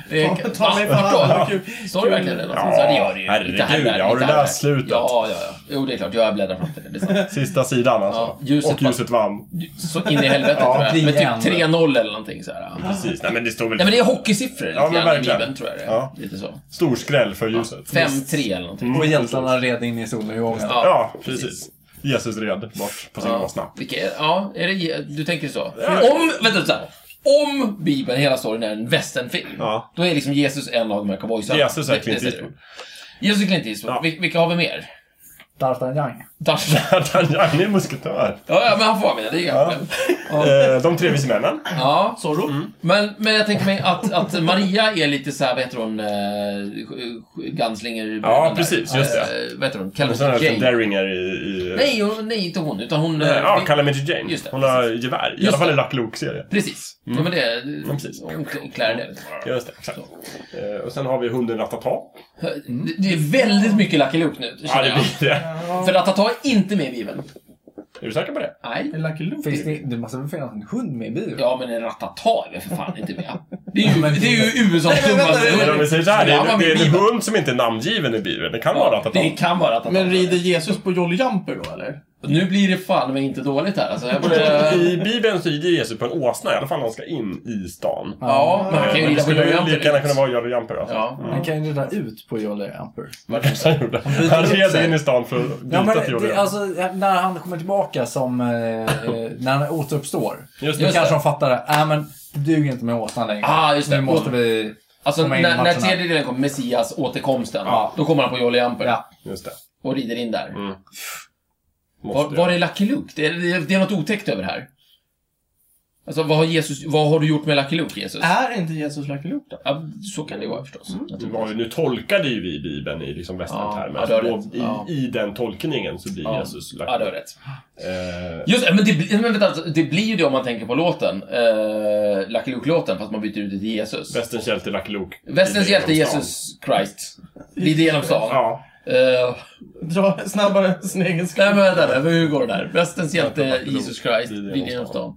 det är, Ta, ta mig Va? fan, Vart vad då? kul. Står det verkligen det? någonstans? Ja, Ja, det gör det ju. herregud, Inte här i världen, ja, har du inte här i läst världen. slutet? Ja, ja, ja. Jo, det är klart. Jag bläddrar framför det. det är sant. Sista sidan alltså. Ja, ljuset och ljuset vann. Så in i helvete Ja, tror jag. bli Men igen. typ 3-0 eller någonting så här. ja. Precis. Nej men det står väl... Nej men det är hockeysiffror lite Ja, men grann i verkligen. Bibeln tror jag det är. Ja. Lite så. Stor skräll för ljuset. Mm. 5-3 eller någonting. Och hjältarna red in i solnedgången. Ja. Ja, precis. Jesus red bort på sin Ja. åsna. Vilka är, ja, är det, du tänker så? Ja. Om, vänta så här. Om Bibeln, hela storyn, är en westernfilm, Ja. då är liksom Jesus en av de här cowboysarna. Jesus är Det- Clint det ser Eastwood. du. Jesus är Clint Eastwood. Ja. Vil- vilka har vi mer? D'Artagnan. Tarzan. Han är musketör. Ja, ja, men han får vara med. Det är inga Ja. problem. Eh, De tre vise männen. Ja. Zorro. Mm. Men, men jag tänker mig att, att Maria är lite så här, vad heter hon, äh, Ganslinger? Ja, precis, just det. Eh, vad heter hon? Och sen är Calvin det Jane? Derringer i... i Nej, hon, nej, inte hon, utan hon... eh, Ja, vi- Calamity Jane. Just det, Hon har gevär. I Just alla fall i det. Lucky Luke-serien. Precis. Ja, men det... Mm. precis. Hon kl- klär det. Just det, exakt. Eh, Och sen har vi hunden Ratata. Mm. Det- Det är väldigt mycket Lucky Luke nu, Ja, känner det jag. blir det. För Ratata är inte med i Bibeln. Är du säker på det? Nej. Är Lucky Luke? Finns det, det måste väl finnas en hund med i bilen? Ja, men en Ratata är väl för fan inte med. Det är ju, det är ju USAs Nej, men vänta, dummaste Men om vi säger så här, det Ja, är, men det är en Bibeln- hund som inte är namngiven i Bibeln. Det kan vara Ratata. Det kan vara Ratata. Men rider Jesus på Jolly Jumper då, eller? Nu blir det fan men inte dåligt här alltså. Jag borde... I Bibeln så rider Jesus på en åsna, i alla fall när han ska in i stan. Ja, men han kan ju Men det rida på skulle ju Jolly lika gärna kunna vara Jolly Jumper alltså. Ja. Han kan ju rida ut på Jolly Amper. Vad kanske han gjorde. byter Han upp sig. red in i stan för att byta Ja, men till Jolly det, Jumper. alltså, när han kommer tillbaka som... Eh, eh, när han återuppstår. Just då det. kanske de fattar det. Nej, men det duger inte med åsnan längre. Ah, just det. Nu måste vi... Alltså Komma när, in i när matcherna. tredje delen kom, Messias, återkomsten. Ja. Då kommer han på Jolly Jumper Ja. Just det. och rider in där. Mm. Var, Måste var jag. är Lucky Luke? Det är, det är- det är något otäckt över det här. Alltså vad har, Jesus, vad har du gjort med Lucky Luke, Jesus? Är inte Jesus Lucky Luke då? Ja, så kan det vara förstås. Det var ju- Nu tolkade ju vi Bibeln i liksom Ja, västerntermer. ja, du har Så rätt. då i, Ja. I den tolkningen så blir Ja. Jesus lagt Ja, du har rätt. Eh, Just det, men, det, blir- men vänta, alltså, det blir ju det om man tänker på låten. Eh, Lucky Luke-låten, fast man byter ut det till Jesus. Västerns hjälte Lucky Luke. Västens Rider hjälte genom stan. Jesus Christ. Rider genom stan. Ja. Eh, Dra snabbare än sin egen Nej skog. men vänta, vänta, hur går det där? Västens hjälte Jesus Christ Rider rider genom genom stan.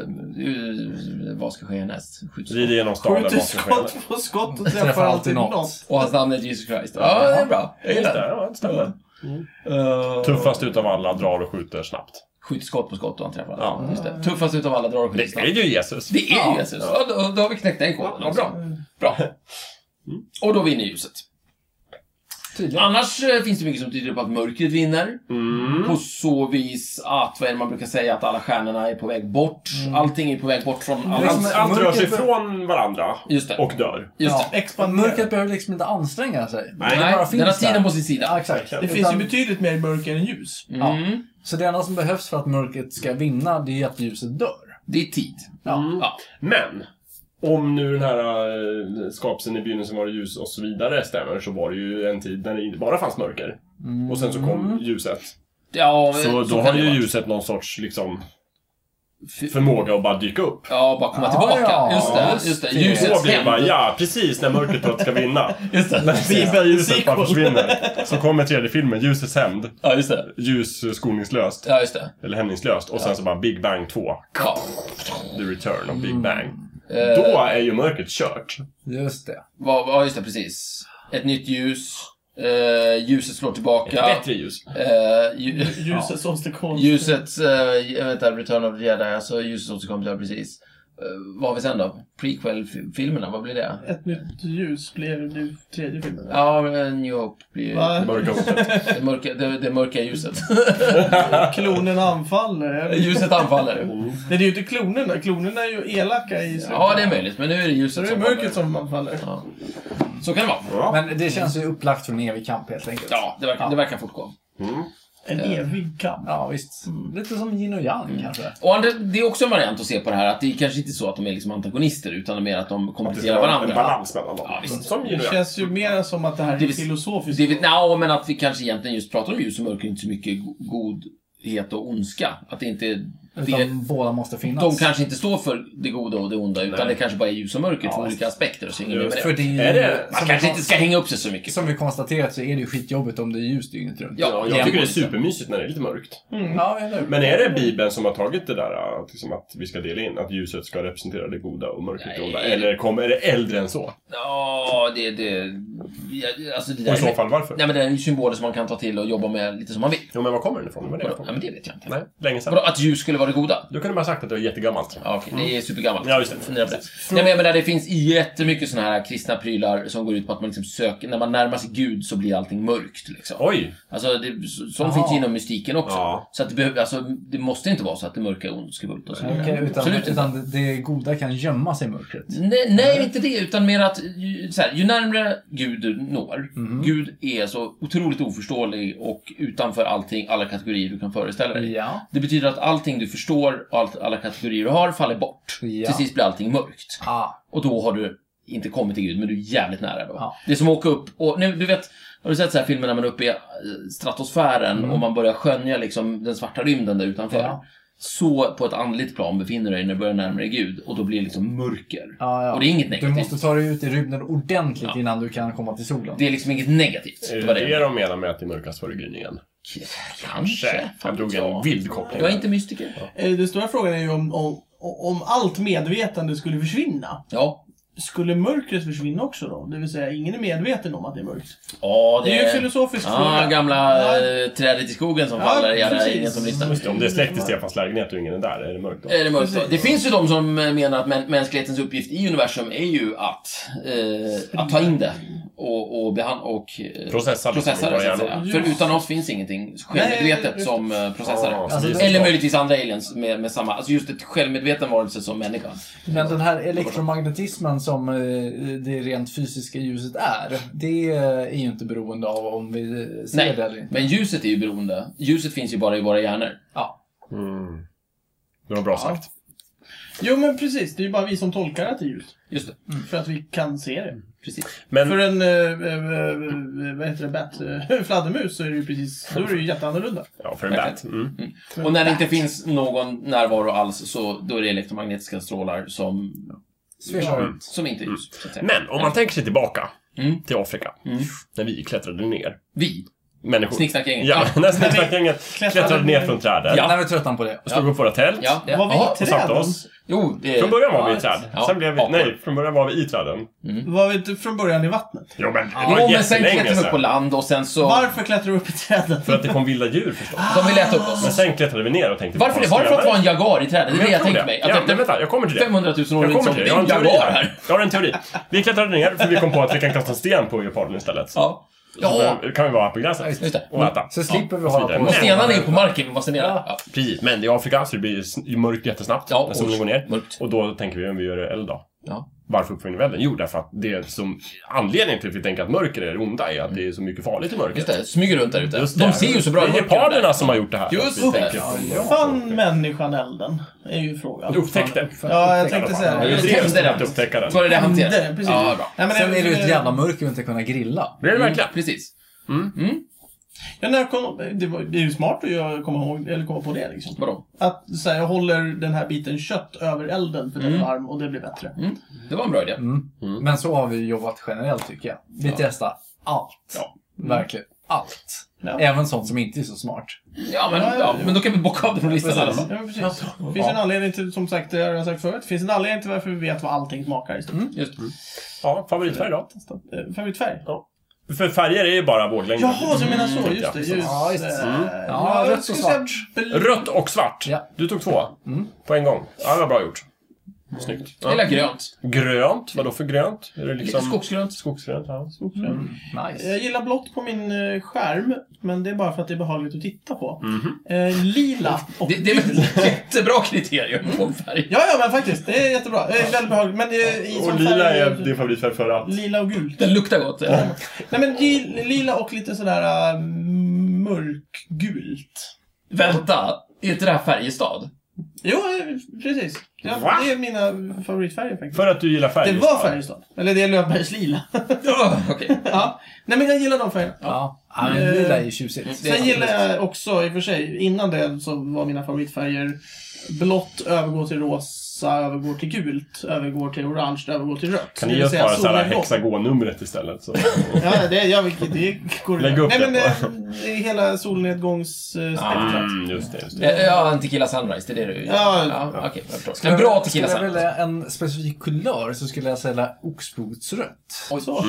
Eh, vad ska ske härnäst? Skjuts. Rider genom stan där Skjuter bakom skenet. skott på skott och Träffar träffar alltid alltid något. något. Och hans namn är Jesus Christ. Ja, det är bra. Jag Just gillar det, det. ja, det stämmer. Eh, Tuffast utav alla drar och skjuter snabbt. Skjuter skott på skott och han träffar Ja. alla. Just det. Tuffast utav alla drar och Det skjuter. är ju Jesus. Det är ju Jesus. Ja, då, då har vi knäckt den koden. Alltså, Ja, bra. bra. Och då vinner ljuset. Tydligen. Annars eh, finns det mycket som tyder på att mörkret vinner. Mm. På så vis att, vad är det man brukar säga, att alla stjärnorna är på väg bort. Allting är på väg bort från alla. Allt, allt rör sig Mörkret- ifrån varandra Just det. Liksom- och dör. Just Ja. det. Expanderar. Mörkret behöver liksom inte anstränga sig. Nej, Nej, bara den har finns tiden där. på sin sida. Ja, exakt. Det finns ju betydligt mer mörker än ljus. ja. Mm. Så det enda som behövs för att mörkret ska vinna, det är att ljuset dör. Det är tid. Mm. Ja. Ja. Men, om nu den här eh, skapelsen i begynnelsen var det ljus och så vidare stämmer så var det ju en tid när det inte bara fanns mörker. Och sen så kom ljuset. ja Mm. Så då kan har det ju vara. ljuset någon sorts liksom Fy- förmåga att bara dyka upp. Ja, bara komma Ja, tillbaka. ja. Just det, just det. Just det. Då Ljusets blir det bara, hämnd. ja, precis när mörkret tror att det ska vinna. Just det. När ljuset bara Sequel. försvinner. Så kommer tredje filmen, Ljusets hämnd. Ja, just det. Ljus eh, skoningslöst. Ja, just det. Eller hämningslöst. Och sen så bara Big Bang 2. Ja. The Return of Big Bang. Eh, Då är ju mörkret kört. Just det. vad- Ja, just det, precis. Ett nytt ljus. Eh, ljuset slår tillbaka. Bättre ljus. Eh, lju- Ljusets återkomst. Ljusets, eh, vänta, Return of the Jedi, alltså ljusets återkomst, ja precis. Eh, vad har vi sen då? Prequel-filmerna, vad blir det? Ett nytt ljus blev nu tredje filmen. Ja, eh, New Hope blir Va? Mörka hotet. det mörka, det, det mörka ljuset. Klonen anfaller. ljuset anfaller. Nej, det är ju inte klonerna. Klonerna är ju elaka i slutet. Ja, det är möjligt, men nu är det Så ljuset det är mörkret som anfaller. Ja. Så kan det vara. Ja. Men det känns ju upplagt för en evig kamp helt enkelt. Mm. Ja, det verkar, det verkar fortgå. En evig kamp. Ja, visst. Lite som yin och yang Mm. kanske. Och andra, det är också en variant att se på det här, att det är kanske inte så att de är liksom antagonister, utan mer att de Det ska kompletterar vara en varandra. balans mellan dem. Ja, visst. Som ju Det nu är. känns ju mer som att det här Det är vill- filosofiskt. Det vet, no, men att vi kanske egentligen just pratar om ljus och mörker, inte så mycket go- godhet och ondska. Att det inte är Utan båda måste finnas. De kanske inte står för det goda och det onda, utan det kanske bara är ljus och mörker, två olika aspekter. Och så inget mer med För det. det är, ju- Är det- Man som, kanske vi, inte ska hänga upp sig så mycket. som vi konstaterat så är det ju skitjobbigt om det är ljust dygnet runt. Ja, Ja, jämfört jag tycker det är med- supermysigt när det är lite mörkt. ja eller hur? Men är det Bibeln som har tagit det där att, liksom, att vi ska dela in, att ljuset ska representera det goda och mörkret det onda? Nej. Eller kom, är det äldre än så? Ja, det... det ja, alltså det där Och i så är- fall varför? Nej, men det är ju symboler som man kan ta till och jobba med lite som man vill. Jo, men var kommer den ifrån? Det var det jag Vadå? Ja, frågade. men det vet jag inte. Nej, länge sedan. Vadå, att ljus skulle vara det goda? Då kunde man ha sagt att det var jättegammalt. Ja, okej, det är supergammalt. Ja, just det. Fundera på det. Nej, men jag menar, det finns jättemycket såna här kristna prylar som går ut på att man liksom söker... När man närmar sig Gud så blir allting mörkt, liksom. Oj! Alltså, det, så- sånt Jaha. finns ju inom mystiken också. Ja. Så att det, behöver, alltså, det måste inte vara så att det mörka är ondskefullt och så vidare. Okej, utan, Absolut inte. utan det- det goda kan gömma sig i mörkret. Nej, nej, inte det, utan mer att ju, så här, ju närmre Gud du når, Mhm. Gud är så otroligt oförståelig och utanför allting, alla kategorier du kan föreställa dig. Ja. Det betyder att allting du förstår och allt, alla kategorier du har faller bort. Ja. Till sist blir allting mörkt. Ah, Och då har du inte kommit till Gud, men du är jävligt nära då. Ja. Det är som att åka upp och nu, du vet, har du sett så här filmer när man är uppe i eh, stratosfären Mm. och man börjar skönja liksom den svarta rymden där utanför? Ja. Så på ett andligt plan befinner du dig när du börjar närma dig Gud och då blir det liksom mörker. ja, ja. Och det är inget du negativt. måste ta dig ut i rymden ordentligt innan du kan komma till solen. Det är liksom inget negativt. Är Eh, Det Mm, det var det. det de menar med att det mörkas före gryningen? K- Kanske. Jag drog en ja. vild koppling. Jag är inte mystiker. Eh, Den stora frågan är ju om, om, om allt medvetande skulle försvinna. Ja. Skulle mörkret försvinna också då? Det vill säga, ingen är medveten om att det är mörkt. Ja, Det är ju en filosofisk Eh, Ja, fråga. gamla Ja. eh, trädet i skogen som Ja, faller. Ja, precis. ingen som lyssnar. Just det, om det är släkt i Stefans lägenhet och ingen är där, är det mörkt då? Är det, mörkt då? Precis. det finns ju de som eh, menar att mäns- mänsklighetens uppgift i universum är ju att, eh, att ta in det och, och, behan- och eh, Processar liksom processa i det. våra Så att säga. hjärnor. För utan oss finns ingenting självmedvetet Nej, som eh, processar Ja, det. så Alltså, vi är Eller så- möjligtvis andra aliens med, med samma, alltså just ett självmedveten varelse som människa. Men den här elektromagnetismen som eh, det rent fysiska ljuset är, det är ju inte beroende av om vi eh, ser Nej, det eller inte. men ljuset är ju beroende. Ljuset finns ju bara i våra hjärnor. Ja. Mm. Det var bra sagt. Jo, men precis. Det är ju bara vi som tolkar att det är ljust. Just det, För att vi kan se det. precis. Men, För en, eh, eh, eh, vad heter det, bat, eh, fladdermus så är det ju precis, då är det ju jätteannorlunda. ja, för en bat. Mm. Och när det inte finns någon närvaro alls så då är det elektromagnetiska strålar som, Svischar Mm. ut. som inte är ljus. Så att säga. Men om man tänker sig tillbaka Mm. till Afrika, när vi klättrade ner. Vi, Människor. snicksnackgänget. Ja, Ah, när snicksnackgänget klättrade ner från trädet. Ja. När vi tröttnar på det. Slog upp våra tält. ja. Ja. Var vi Ja, i Och satte träden? oss. Jo, det... Från början var vi i Ja, träd. ja. Sen blev vi, Apor. nej, från början var vi i träden. Var vi inte från början i vattnet? Jo men, det var Jo, men sen jättelänge klättrade vi upp på sedan. land och sen så... Varför klättrar du upp i träden? För att det kom vilda djur förstås. De ville äta upp Men oss. sen klättrade vi ner och tänkte... Varför det? "Vad Var det för att det spelar var en jagar i trädet? Det är det jag tror tänkte mig. Att Ja, efter men vänta, jag kommer till det. 500 000 år Jag kommer till insåg det. vi Jag är har en en teori här. jagar här. Jag har en teori. Vi klättrade ner för vi kom på att vi kan kasta sten på geparden istället. Ja. Ja, Så kan vi vara här på Ja, just gräset just det. och äta. Mm. Så slipper vi och så hålla vidare. på Och Men- stenarna är ju på marken, vi måste ner där. Ja. Precis, men det är Afrika så det blir ju sn- ju mörkt jättesnabbt Ja, när solen och- går ner. mörkt. Och då tänker vi om vi gör det eld då. Ja. Varför uppfinner vi elden? Jo, därför att det som anledningen till att vi tänker att mörker är det onda är att det är så mycket farligt i mörkret. Just det, smyger runt där ute. Just De det. ser ju så bra Det är i mörkret geparderna där. som har gjort det här. Just Så att vi det. tänker- Uppfann människan elden? Är ju frågan. Upptäckte. Ja, jag tänkte säga Det är ju det. det som Upptäckte är den. att upptäcka den. Så var det det han ser. Hände, precis. Ja, bra. Mm, Nej, men Sen jag- är det ju ett jävla mörker att inte kunna grilla. Det är det verkligen. Precis. Ja, när jag kom, det, var, det är ju smart att jag komma, ihåg, eller komma på det liksom. Vadå? Att så här, jag håller den här biten kött över elden för den är varm och det blir bättre. Det var en bra idé. Mm. Mm. Men så har vi jobbat generellt tycker jag. Vi testar allt. Mm. Verkligen allt. Ja. Även sånt som inte är så smart. Ja, men, ja, men då kan vi bocka av det från listan i alla fall. Ja, men precis. Det finns en anledning till, som sagt, det har jag sagt förut, det finns en anledning till varför vi vet vad allting smakar i stort. Just. Ja, favoritfärg då? Mm. Favoritfärg? För färger är ju bara våglängden. Jaha, så jag menar så. Just det. Mm. Ja. Ljus. Ja, just det. eh, Mm. Ja, jag rött och skulle svart. säga bl- Rött och svart. Ja. Du tog två. På en gång. Ja, det var bra gjort. Snyggt. Ja. Eller grönt. Grönt, vad då för grönt? Är det Lite liksom... skogsgrönt. Skogsgrönt, ja. Mm. Mm. Jag Nice. gillar blått på min eh, skärm, men det är bara för att det är behagligt att titta på. Eh, lila och Det, det är väl ett jättebra kriterium på en färg. Ja, ja, men faktiskt. Det är jättebra. Det är väldigt behagligt. Men det är i sån Och lila färg- är din favoritfärg för att... Lila och gult. Den luktar gott. eller? Nej, men gi- lila och lite sådär äh, mörkgult. Vänta, är inte det här Färjestad? Jo, eh, precis. Ja, Va? det är mina favoritfärger faktiskt. För att du gillar färg. Det var Färjestad. Eller det är Löfbergslila. Oh, Okej. ja. Nej, men jag gillar de färgerna. Ja, ja men lila är ju tjusigt. Det är Sen gillar jag också, i och för sig, innan det så var mina favoritfärger blått övergår till rosa, övergår till gult, övergår till orange, övergår till rött. Kan Det vill ni ge oss säga bara så här solblått. hexagonnumret istället? Så. Ja, det, ja, vilket- det går Lägg upp Nej, men det eh, det är hela solnedgångsspektrat. Mm, just det, just det. Eh, Ja, en Tequila Sunrise, det är det du Ja. ja okej. jag förstår. En bra Tequila Skulle jag Sunrise. välja en specifik kulör så skulle jag säga oxblodsrött. Ah. Oj, så.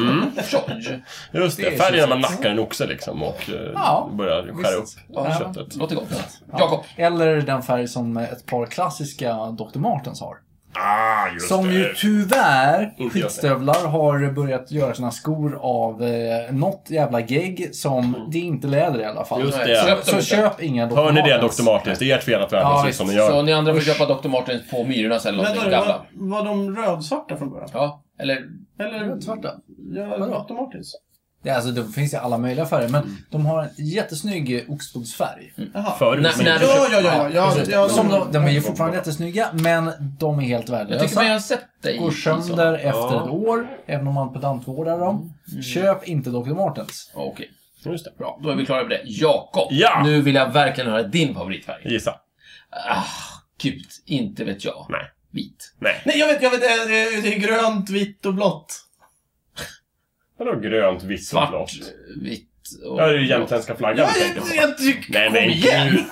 George. Just det, Det är färgen när man tjusigt. nackar en oxe liksom och eh, Ja, börjar skära visst. upp Ja. köttet. Låter gott. Jakob. Eller den färg som ett par klassiska Dr. Martens har. Ah, just Som det. ju tyvärr, Inte jag. skitstövlar, har börjat göra sina skor av eh, något jävla gegg som, det är inte läder i alla fall. Mm. Just Så det. jag- Så köp inga Dr. Hör ni det, Martens. Dr. Martens? Det är ert fel att världen Ja, ser ut visst. som den Så gör. ni andra får köpa Dr. Martens på Myrornas eller Vänta någonting nu, var, gamla. var de rödsvarta från början? Ja, eller... Eller Svarta. Ja, Vadå? Dr. Martins? Ja, alltså, det finns ju alla möjliga färger, men Mm. de har en jättesnygg oxblodsfärg. Jaha. Förut, Nej, men nej, inte men- Ja, ja, ja. ja, Precis. ja Som de, de, de är ju fortfarande jättesnygga, men de är helt Jag tycker värdelösa. man har sett dig Går sönder efter ett år, även om man pedantvårdar dem. Mm. Köp inte Dr. Martens. Ja, Okej, Just det. bra. Då är vi klara med det. Jakob, Ja! nu vill jag verkligen höra din favoritfärg. Gissa. Ah, gud, inte vet jag. Nej. Vit. Nej. Nej, jag vet, jag vet. eh, eh, Det är grönt, vitt och blått. Vadå grönt, vitt och Svart, blått? vitt, och... Ja, det är ju jämtländska flaggan. Ja, tänker jag, jag. jag tycker... Nej, men Kom igen! gud!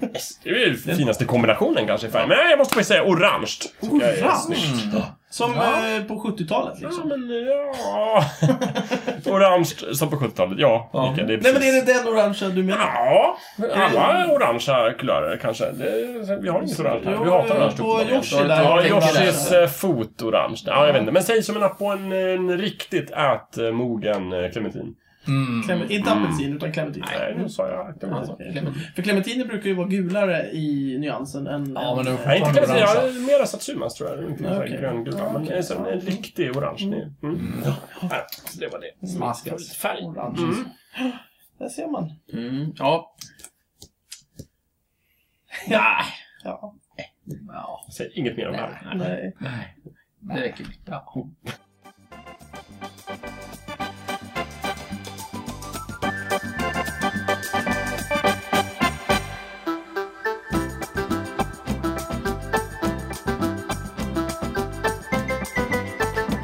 Nej, Det är ju finaste kombinationen kanske i färg. Men jag måste faktiskt säga orange. tycker jag är Orange? snyggt. liksom. Som Ja. eh, på 70-talet Ja, liksom. men ja... orange som på 70-talet, ja. Ja. Mikael, det är Nej men precis- är det den orangea du menar? Ja, alla orangea kulörer kanske. Det, vi har inget orange här. Vi hatar orange. På uppenbarligen. Yoshi där. Ja, Jag tänker Yoshis eh, fot orange. Ja, jag vet inte. Men säg som en app på en, en riktigt ätmogen eh, clementin. Mm. Clement- Inte apelsin, utan clementin. Nej, nu sa jag Alltså, clementin. Clement. För clementiner brukar ju vara gulare i nyansen än... Ja, men än, det- Nej, inte Fortfarande clementin. Jag orangea. är mera satsumas tror jag. Inte Ja, så här okej. gröngula. Ja, Men okej. en, sån- en riktig orange. Mm. Mm. Ja, så det var det. Smaskas. Färg. Orange. Mm. Där ser man. Mm, ja. Nej. Ja. Ja. Säg inget mer om det här. Nej. Nej. Det räcker. Ja.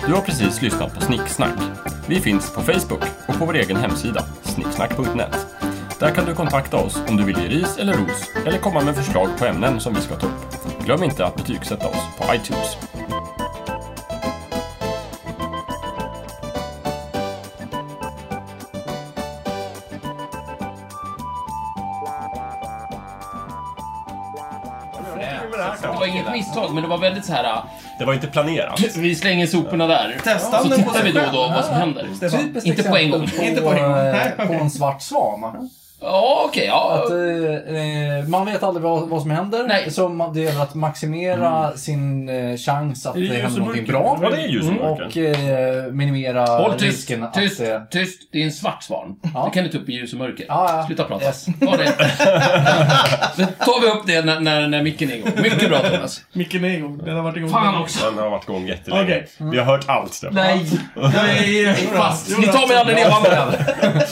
Du har precis lyssnat på Snicksnack. Vi finns på Facebook och på vår egen hemsida, snicksnack.net. Där kan du kontakta oss om du vill ge ris eller ros eller komma med förslag på ämnen som vi ska ta upp. Glöm inte att betygsätta oss på iTunes. Det var inget misstag, men det var väldigt så här. Det var inte planerat. Vi slänger soporna där. Testa Så den på tittar vi då och sig. då vad som händer. Stefan. Typiskt Inte på en exempel gång. Inte på en gång. eh, Nej, okej. På en svart svan. Ja, okej. Att, Ja. eh, eh, man vet aldrig vad, vad som händer. Nej. Så man, det gäller att maximera sin eh, chans att Är det Mm. det händer någonting ljusmörker? bra. Ja, det är ljus Mm, i Och mörker. eh, minimera Håll tyst, risken att... tyst, eh, tyst. Det är en svart svan. Ja. Det kan du ta upp i ljus och mörker. Ja, ja. Sluta prata. Yes. Ta det. Då tar vi upp det när, när, när micken är igång. Mycket bra Thomas. Micken är igång. Den har varit igång. Fan också. Den har varit igång jättelänge. Okej. Vi har hört allt, Stefan. Nej. Nej, Fast. Ni tar mig aldrig ner på andra